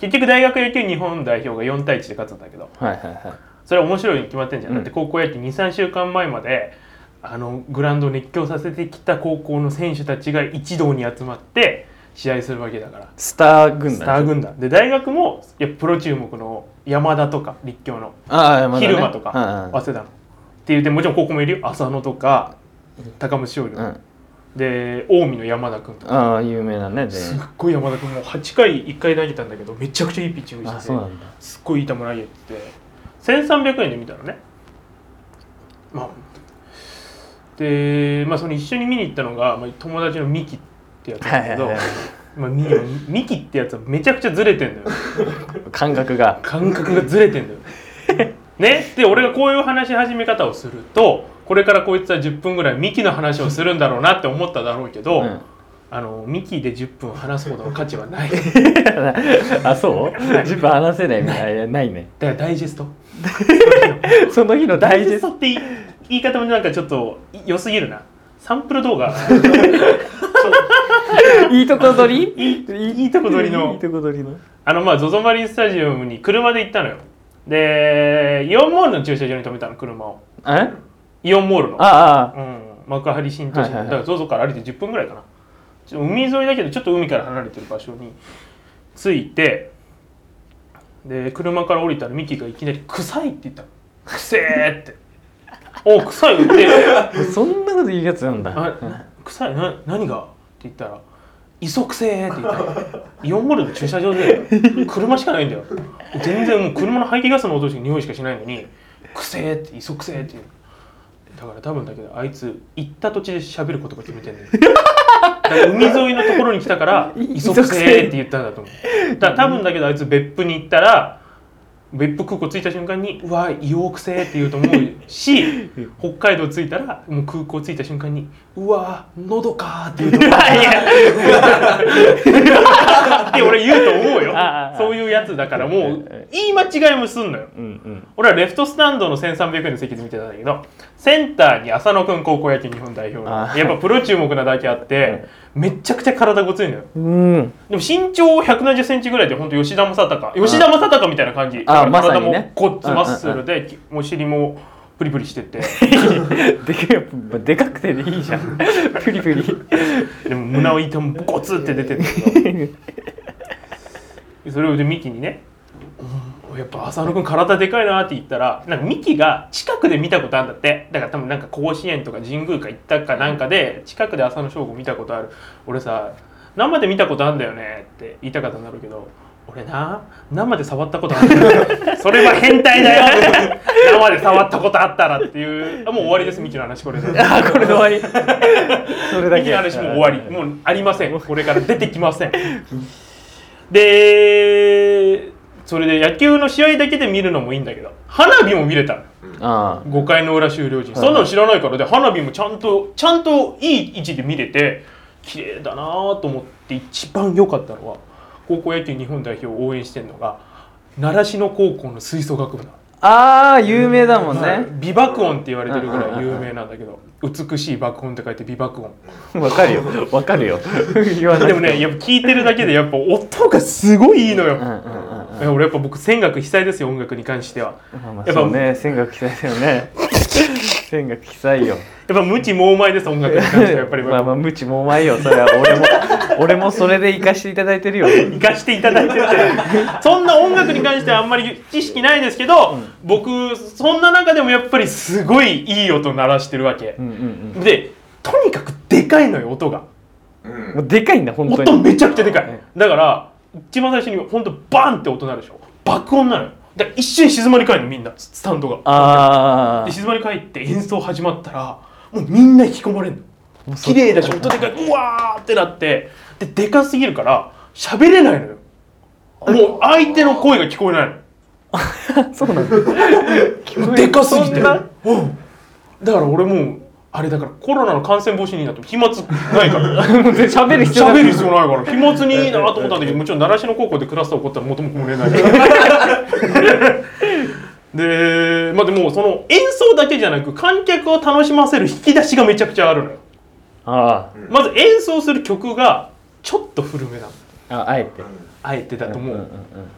Speaker 2: 結局大学野球日本代表が4対1で勝つんだけど
Speaker 4: はいはいはい
Speaker 2: それは面白いに決まってんじゃん、
Speaker 4: うん
Speaker 2: だって高校野球23週間前まであのグラウンドを熱狂させてきた高校の選手たちが一堂に集まって試合するわけだから
Speaker 4: スター軍団
Speaker 2: スター軍団で大学もいやプロ注目の山田とか立教の
Speaker 4: ああ、まだね
Speaker 2: 昼間とか、
Speaker 4: うんうん
Speaker 2: 早稲田のっていうでもちろん高校もいるよ浅野とか高松商業、
Speaker 4: うん、
Speaker 2: で近江の山田君とか
Speaker 4: ああ有名なねです
Speaker 2: っごい山田君も8回1回投げたんだけどめちゃくちゃいいピッチングして
Speaker 4: あ
Speaker 2: て
Speaker 4: そうなんだ
Speaker 2: すっごいいい球投げてて1300円で見たのねまあで、まあ、その一緒に見に行ったのが、まあ、友達のミキってやつなんだけど、
Speaker 1: はいはいはい
Speaker 2: まあ、ミキミキってやつはめちゃくちゃずれてんだ よ
Speaker 1: 感覚が
Speaker 2: 感覚がずれてんだよ。ね、で俺がこういう話し始め方をするとこれからこいつは10分ぐらいミキの話をするんだろうなって思っただろうけど、
Speaker 1: うん
Speaker 2: あのミキで10分話すほどの価値は ない
Speaker 1: あそう10分話せないみたいなないね
Speaker 2: だからダイジェスト
Speaker 1: その日の
Speaker 2: ダ
Speaker 1: 大
Speaker 2: イジ
Speaker 1: 事
Speaker 2: ェ
Speaker 1: で
Speaker 2: ス
Speaker 1: す
Speaker 2: トってい言い方もなんかちょっと良すぎるなサンプ ル動画
Speaker 1: いいとこ取り
Speaker 2: いいいいとこ取りの
Speaker 1: いいとこ取りの
Speaker 2: あのまあ ZOZO マリンスタジアムに車で行ったのよでイオンモールの駐車場に止めたの車を
Speaker 1: えあ
Speaker 2: イオンモールの
Speaker 1: あ
Speaker 2: うん、幕張新都
Speaker 1: は
Speaker 2: 心、
Speaker 1: いはいはい
Speaker 2: だから ZOZO から歩いて10分ぐらいかなちょっと海沿いだけどちょっと海から離れてる場所に着いてで車から降りたらミキがいきなり「臭い」って言ったの「くせえ」って「お臭い」って
Speaker 1: あそんなこと言うやつなん
Speaker 2: 「
Speaker 1: だ
Speaker 2: あ臭いな何が?」って言ったら「磯くせえ」って言ったのイオンモールの駐車場で車しかないんだよ全然もう車の排気ガスの音しか匂いしかしないのに「くせえ」って「磯くせえ」って言うのだから多分だけどあいつ行った土地で喋ることが決めてんだよだから海沿いのところに来た から「
Speaker 1: い
Speaker 2: 磯くせえ」って言ったんだと思うだから多分だけどあいつ別府に行ったら別府空港着いた瞬間に「うわ硫黄くせえ」って言うと思う し北海道着いたらもう空港着いた瞬間に「うわ喉か」って言う と思うって俺言うと思うよ
Speaker 1: ああああ
Speaker 2: そういうやつだからもう
Speaker 1: え
Speaker 2: 言い間違いもすんのよ
Speaker 1: うんうん
Speaker 2: 俺はレフトスタンドの1300円の席で見てたんだけどセンターに浅野君高校野球日本代表
Speaker 1: あ
Speaker 2: やっぱプロ注目なだけあ ってめちゃくちゃ体ごついのよ
Speaker 1: うん
Speaker 2: でも身長1 7 0ンチぐらいで本当吉田正尚吉田正尚みたいな感じ
Speaker 1: あ
Speaker 2: だから
Speaker 1: まさ
Speaker 2: 体
Speaker 1: に
Speaker 2: も
Speaker 1: ね
Speaker 2: こっつマッスルできお尻もプリプリしてて
Speaker 1: でかでかくてでいいじゃん プリプリ
Speaker 2: でも胸を板もゴツって出てるんだけどそれをでミキにねうんやっぱ浅野君体でかいなって言ったらなんかミキが近くで見たことあるんだってだから多分なんか甲子園とか神宮か行ったかなんかで近くで浅野翔吾見たことある俺さ生で見たことあるんだよねって言いたかったんだろうけど俺な生で触ったことあるんだ よそれは変態だよ生で触ったことあったらっていうあもう終わりですミキの話これで
Speaker 1: あこれで終わりそれだ
Speaker 2: ミキ
Speaker 1: け
Speaker 2: の話もう終わりもうありませんこれから出てきませんでそれで野球の試合だけで見るのもいいんだけど花火も見れたの
Speaker 1: あ
Speaker 2: 5回の裏終了時、
Speaker 1: い
Speaker 2: そんなの知らないからで花火もちゃんとちゃんといい位置で見れて綺麗だなと思って一番良かったのは高校野球日本代表を応援してるのが習志野高校の吹奏楽部だ
Speaker 1: ああ有名だもん
Speaker 2: はい
Speaker 1: ね
Speaker 2: 美爆音って言われてるぐらい有名なんだけど美しい爆音って書いて美爆音
Speaker 1: わかる よわかるよ言わなくて
Speaker 2: でもねやっぱ聞いてるだけでやっぱ音がすごいいいのよ、
Speaker 1: うんうんうんうん
Speaker 2: いや俺やっぱ僕仙学被災ですよ音楽に関しては
Speaker 1: まあまあ
Speaker 2: やっぱ
Speaker 1: そうね線が記載だよね 線が記載よ
Speaker 2: やっぱ無知猛米です音楽に関してはやっぱり
Speaker 1: まあまあ無知もうまいよそれは俺も 俺もそれで生かしていただいてるよ
Speaker 2: 行かしていただいててそんな音楽に関してはあんまり知識ないですけど、僕そんな中でもやっぱりすごいいい音鳴らしてるわけ
Speaker 1: う、んうん
Speaker 2: でとにかくでかいのよ音が
Speaker 1: うんもうでかいんだ本当に
Speaker 2: 音めちゃくちゃでかい
Speaker 1: ね
Speaker 2: だから一番最初に本当バンって音鳴るでしょ爆音なのよだから一瞬静まり返るのみんなスタンドが
Speaker 1: あ
Speaker 2: で静まり返って演奏始まったらもうみんな引き込まれるの
Speaker 1: そ
Speaker 2: 綺麗だし音でかいうわーってなってででかすぎるから喋れないのよもう相手の声が聞こえないの
Speaker 1: あ そうなんだ
Speaker 2: もう でかすぎ
Speaker 1: そ
Speaker 2: て
Speaker 1: んな
Speaker 2: うんだから俺もうあれだからコロナの感染防止になって飛沫ないか ら
Speaker 1: 喋る必要
Speaker 2: 喋
Speaker 1: な
Speaker 2: る
Speaker 1: い
Speaker 2: 必要ないから飛沫にいいなと思ったんだけどもちろん習志野高校でクラスター起こったら元も子もれない でまあでもその演奏だけじゃなく観客を楽しませる引き出しがめちゃくちゃあるのよ
Speaker 1: あ
Speaker 2: まず演奏する曲がちょっと古めなの
Speaker 1: あああえて
Speaker 2: あえてだともう、
Speaker 1: うんうん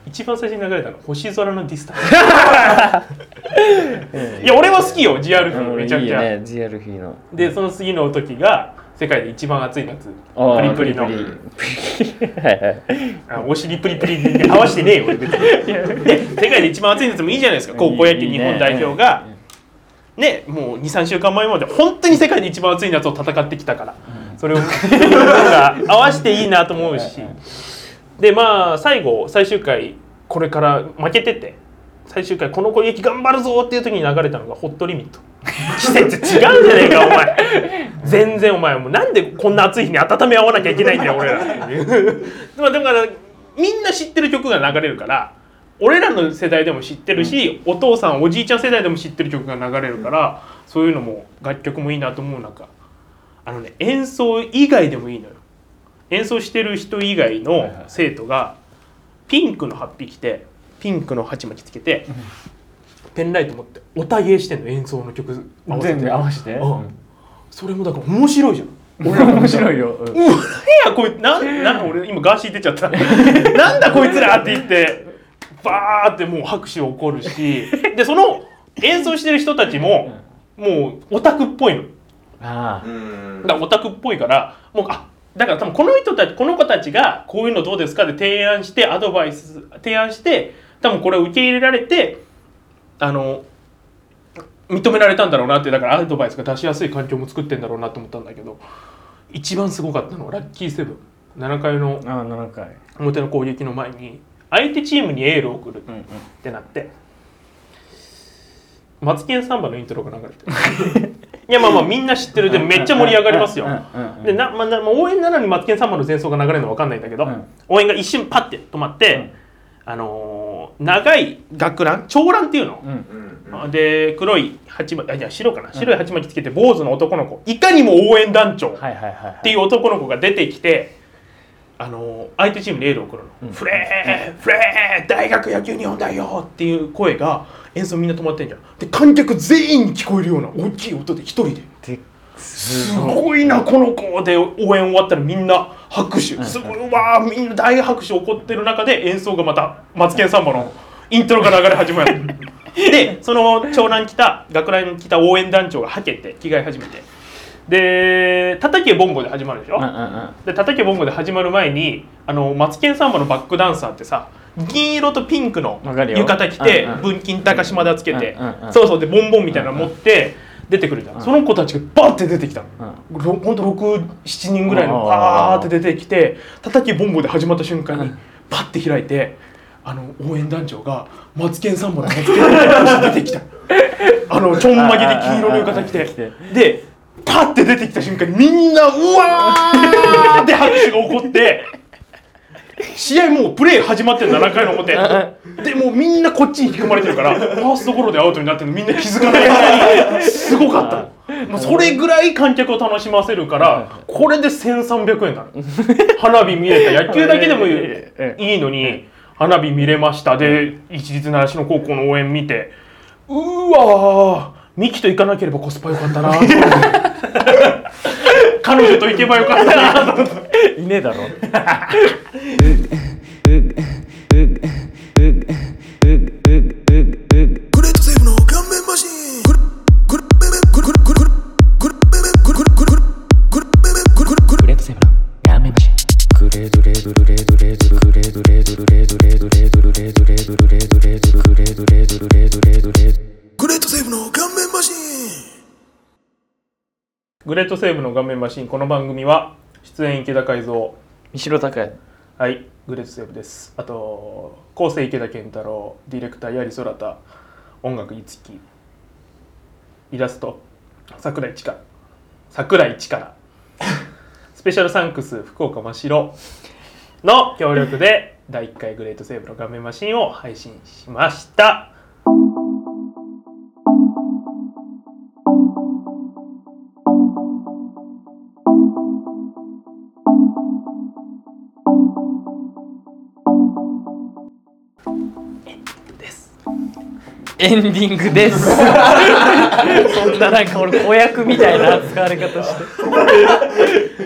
Speaker 2: 一番最初に流れたの星空のディスタン ス いや俺は好きよ GRF
Speaker 1: うん
Speaker 2: めちゃくちゃ
Speaker 1: いいね GRP の
Speaker 2: でその次の時が世界で一番暑い夏
Speaker 1: あ
Speaker 2: プ
Speaker 1: ー
Speaker 2: リプリの
Speaker 1: プリプリはいはい
Speaker 2: あお尻プリプリに合わせてねえよ俺別にで世界で一番暑い夏もいいじゃないですか高校野球
Speaker 1: いい
Speaker 2: 日
Speaker 1: ね
Speaker 2: 本代表がねもう23週間前まで本当に世界で一番暑い夏を戦ってきたから、それをなんか合わせていいなと思うしでまあ最後最終回これから負けてて最終回この攻撃頑張るぞっていう時に流れたのがホットリミット季節違うじゃねえかお前全然お前もうなんでこんな暑い日に温め合わなきゃいけないんだよ俺らまあでもだからみんな知ってる曲が流れるから俺らの世代でも知ってるし、お父さんおじいちゃん世代でも知ってる曲が流れるから、そういうのも楽曲もいいなと思う中あのね演奏以外でもいいのよ演奏してる人以外の生徒がピンクの8匹着てピンクの鉢巻きつけてペンライト持っておたげしてんの演奏の曲合わせ
Speaker 1: 全
Speaker 2: て
Speaker 1: 部合わせて、
Speaker 2: あそれもだから面白いじゃん
Speaker 1: 俺ら面白いよ、うん
Speaker 2: うわいやこいつなんなん俺今ガーシー出ちゃった なんだこいつらって言ってバーってもう拍手起こるしでその演奏してる人たちももうオタクっぽいの
Speaker 1: ああ
Speaker 3: うん
Speaker 2: だからオタクっぽいからもうあだから多分この人たちこの子たちがこういうのどうですかって提案してアドバイス提案して多分これを受け入れられてあの認められたんだろうなってだからアドバイスが出しやすい環境も作ってんだろうなと思ったんだけど一番すごかったのはラッキーセブン7階の
Speaker 1: ああ7回
Speaker 2: 表の攻撃の前に相手チームにエールを送る
Speaker 1: うんうん
Speaker 2: ってなって「マツケンサンバ」のイントロが流れていやまあまあみんな知ってるでめっちゃ盛り上がりますよ
Speaker 1: うんうんうん
Speaker 2: でな、まあ、なまあ応援なのにマツケンサンバの前奏が流れるの分かんないんだけど、
Speaker 1: うん
Speaker 2: 応援が一瞬パッて止まって、
Speaker 1: うん
Speaker 2: あのー長い学ラン長ランっていうの
Speaker 1: う、ん
Speaker 3: うん
Speaker 2: で黒い鉢巻きあいや白かな白い鉢巻きつけて坊主の男の子いかにも応援団
Speaker 1: は
Speaker 2: 長、
Speaker 1: いはいはいはい
Speaker 2: っていう男の子が出てきて、あの相手チームにエールを送るの「
Speaker 1: ん
Speaker 2: フレーフレー大学野球日本代表!」っていう声が演奏みんな止まってんじゃんで観客全員に聞こえるような大きい音で一人で
Speaker 1: です
Speaker 2: すごいなこの子で応援終わったらみんな拍手すごいうわーみんな大拍手起こってる中で演奏がまた「マツケンサンバ」のイントロが流れ始まる でその長男来た学ラン来た応援団長がはけて着替え始めてで叩けボンゴで始まるでしょ、
Speaker 1: うんうんうん
Speaker 2: で叩けボンゴで始まる前にあのマツケンサンバのバックダンサーってさ銀色とピンクの
Speaker 1: わかるよ
Speaker 2: 浴衣着て
Speaker 1: うんうん
Speaker 2: 文金高島田つけて
Speaker 1: うんうんうん
Speaker 2: そうそうでボンボンみたいなの持って出てくるじゃんその子たちがバーって出てきたの。
Speaker 1: うん
Speaker 2: ろほんと67人ぐらいの
Speaker 1: あー
Speaker 2: バーって出てきて叩きボンボで始まった瞬間にパッて開いてあの応援団長が「マツケンサンバ」のマツケンサンバ出てきたあのちょんまげで黄色の浴衣着
Speaker 1: あー
Speaker 2: て
Speaker 1: あ
Speaker 2: でパッて出てきた瞬間にみんなうわーって拍手が起こって試合もうプレー始まってる7回 の表でもうみんなこっちに引き込まれてるからファーストゴロでアウトになってるのみんな気づかないすごかったのもうそれぐらい観客を楽しませるからこれで1300円なの花火見れた野球だけでもい
Speaker 1: ええええ
Speaker 2: いいいのに花火見れましたで一律習志野高校の応援見てうーわーミキと行かなければコスパ良かった なと思って彼女と行けばよかったなと思って
Speaker 1: いねえだろ
Speaker 5: グレートセーブの顔面マシングルグルベベグルグルグルグルベベグルグルグルグルベベグルグルグル
Speaker 6: グレードセブンやめましグレードレードルレードレードルグレードレードルレードレードレードルレードレードルレードレードルグレードレードルレードレードレード
Speaker 5: グレートセーブの顔面マシン
Speaker 2: グレートセーブの画面マシンこの番組は出演池田海蔵
Speaker 1: 三代高也
Speaker 2: はい、グレートセーブです。あと、構成池田健太郎、ディレクター槍空太、音楽いつき、イラスト、桜井力、桜井力、 スペシャルサンクス福岡真城の協力で第1回グレートセーブの画面マシンを配信しました。
Speaker 1: エンディングです そんななんか俺子役みたいな扱われ方 して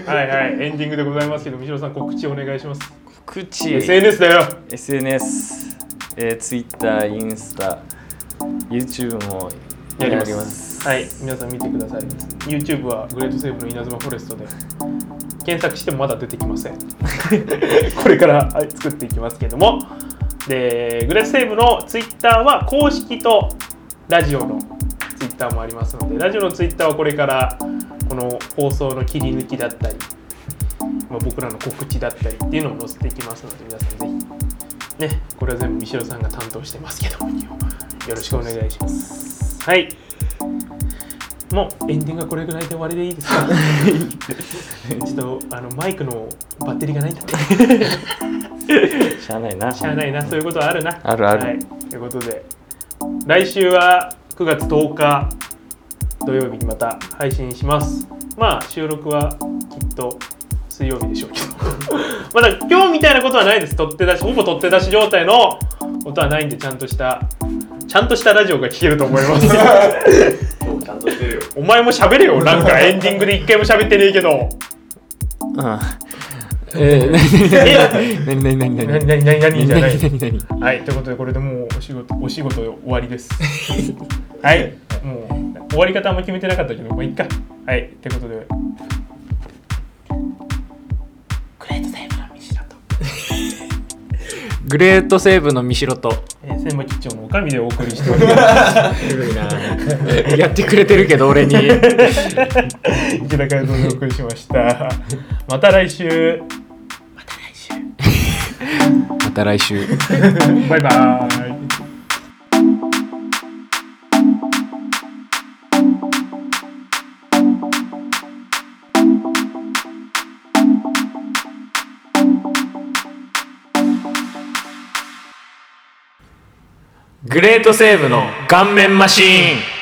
Speaker 2: はいはい、エンディングでございますけど、三代さん告知お願いします。
Speaker 1: 口
Speaker 2: SNS だよ
Speaker 1: SNS、えー、Twitter、インスタ、YouTube もやります。
Speaker 2: はい、皆さん見てください。YouTube はグレートセーブの稲妻フォレストで検索してもまだ出てきません。 これからはい作っていきますけども。で、グレートセーブの Twitter は公式とラジオの Twitter もありますので、ラジオの Twitter はこれからこの放送の切り抜きだったり、まあ、僕らの告知だったりっていうのも載せていきますので、皆さんぜひ。ね、これは全部三代さんが担当してますけど、よろしくお願いします。はい。のエンディングはこれぐらいで終わりでいいですかちょっとあのマイクのバッテリーがないんだっ て
Speaker 1: しゃあないな
Speaker 2: しゃあないなそういうことはあるな
Speaker 1: あるある
Speaker 2: はい、ということで来週は9月10日土曜日にまた配信しますまあ収録はきっと水曜日でしょうけど まだ今日みたいなことはないです取って出しほぼ取って出し状態のことはないんでちゃんとしたちゃんとしたラジオが聞けると思います
Speaker 3: ちゃんとしてるよ。
Speaker 2: お前も喋れよなんかエンディングで一回も喋ってねえけど
Speaker 1: うんえ
Speaker 2: え
Speaker 1: ー、なになになになにな
Speaker 2: 何
Speaker 1: に
Speaker 2: 何何何じゃない
Speaker 1: 何何
Speaker 2: はい、ということでこれでもうお仕事お仕事終わりです。はい、もう終わり方あんま決めてなかったけど、もういっか。はい、ということで。グレートセーブの道だと。
Speaker 1: グレートセーブの三代と
Speaker 2: えー、千葉吉兆のおかみでお送りしております。
Speaker 1: やってくれてるけど俺に
Speaker 2: 池田和夫でお送りしました。また来週。また来週。
Speaker 1: また来週
Speaker 2: バイバーイ。
Speaker 1: グレートセーブの顔面マシーン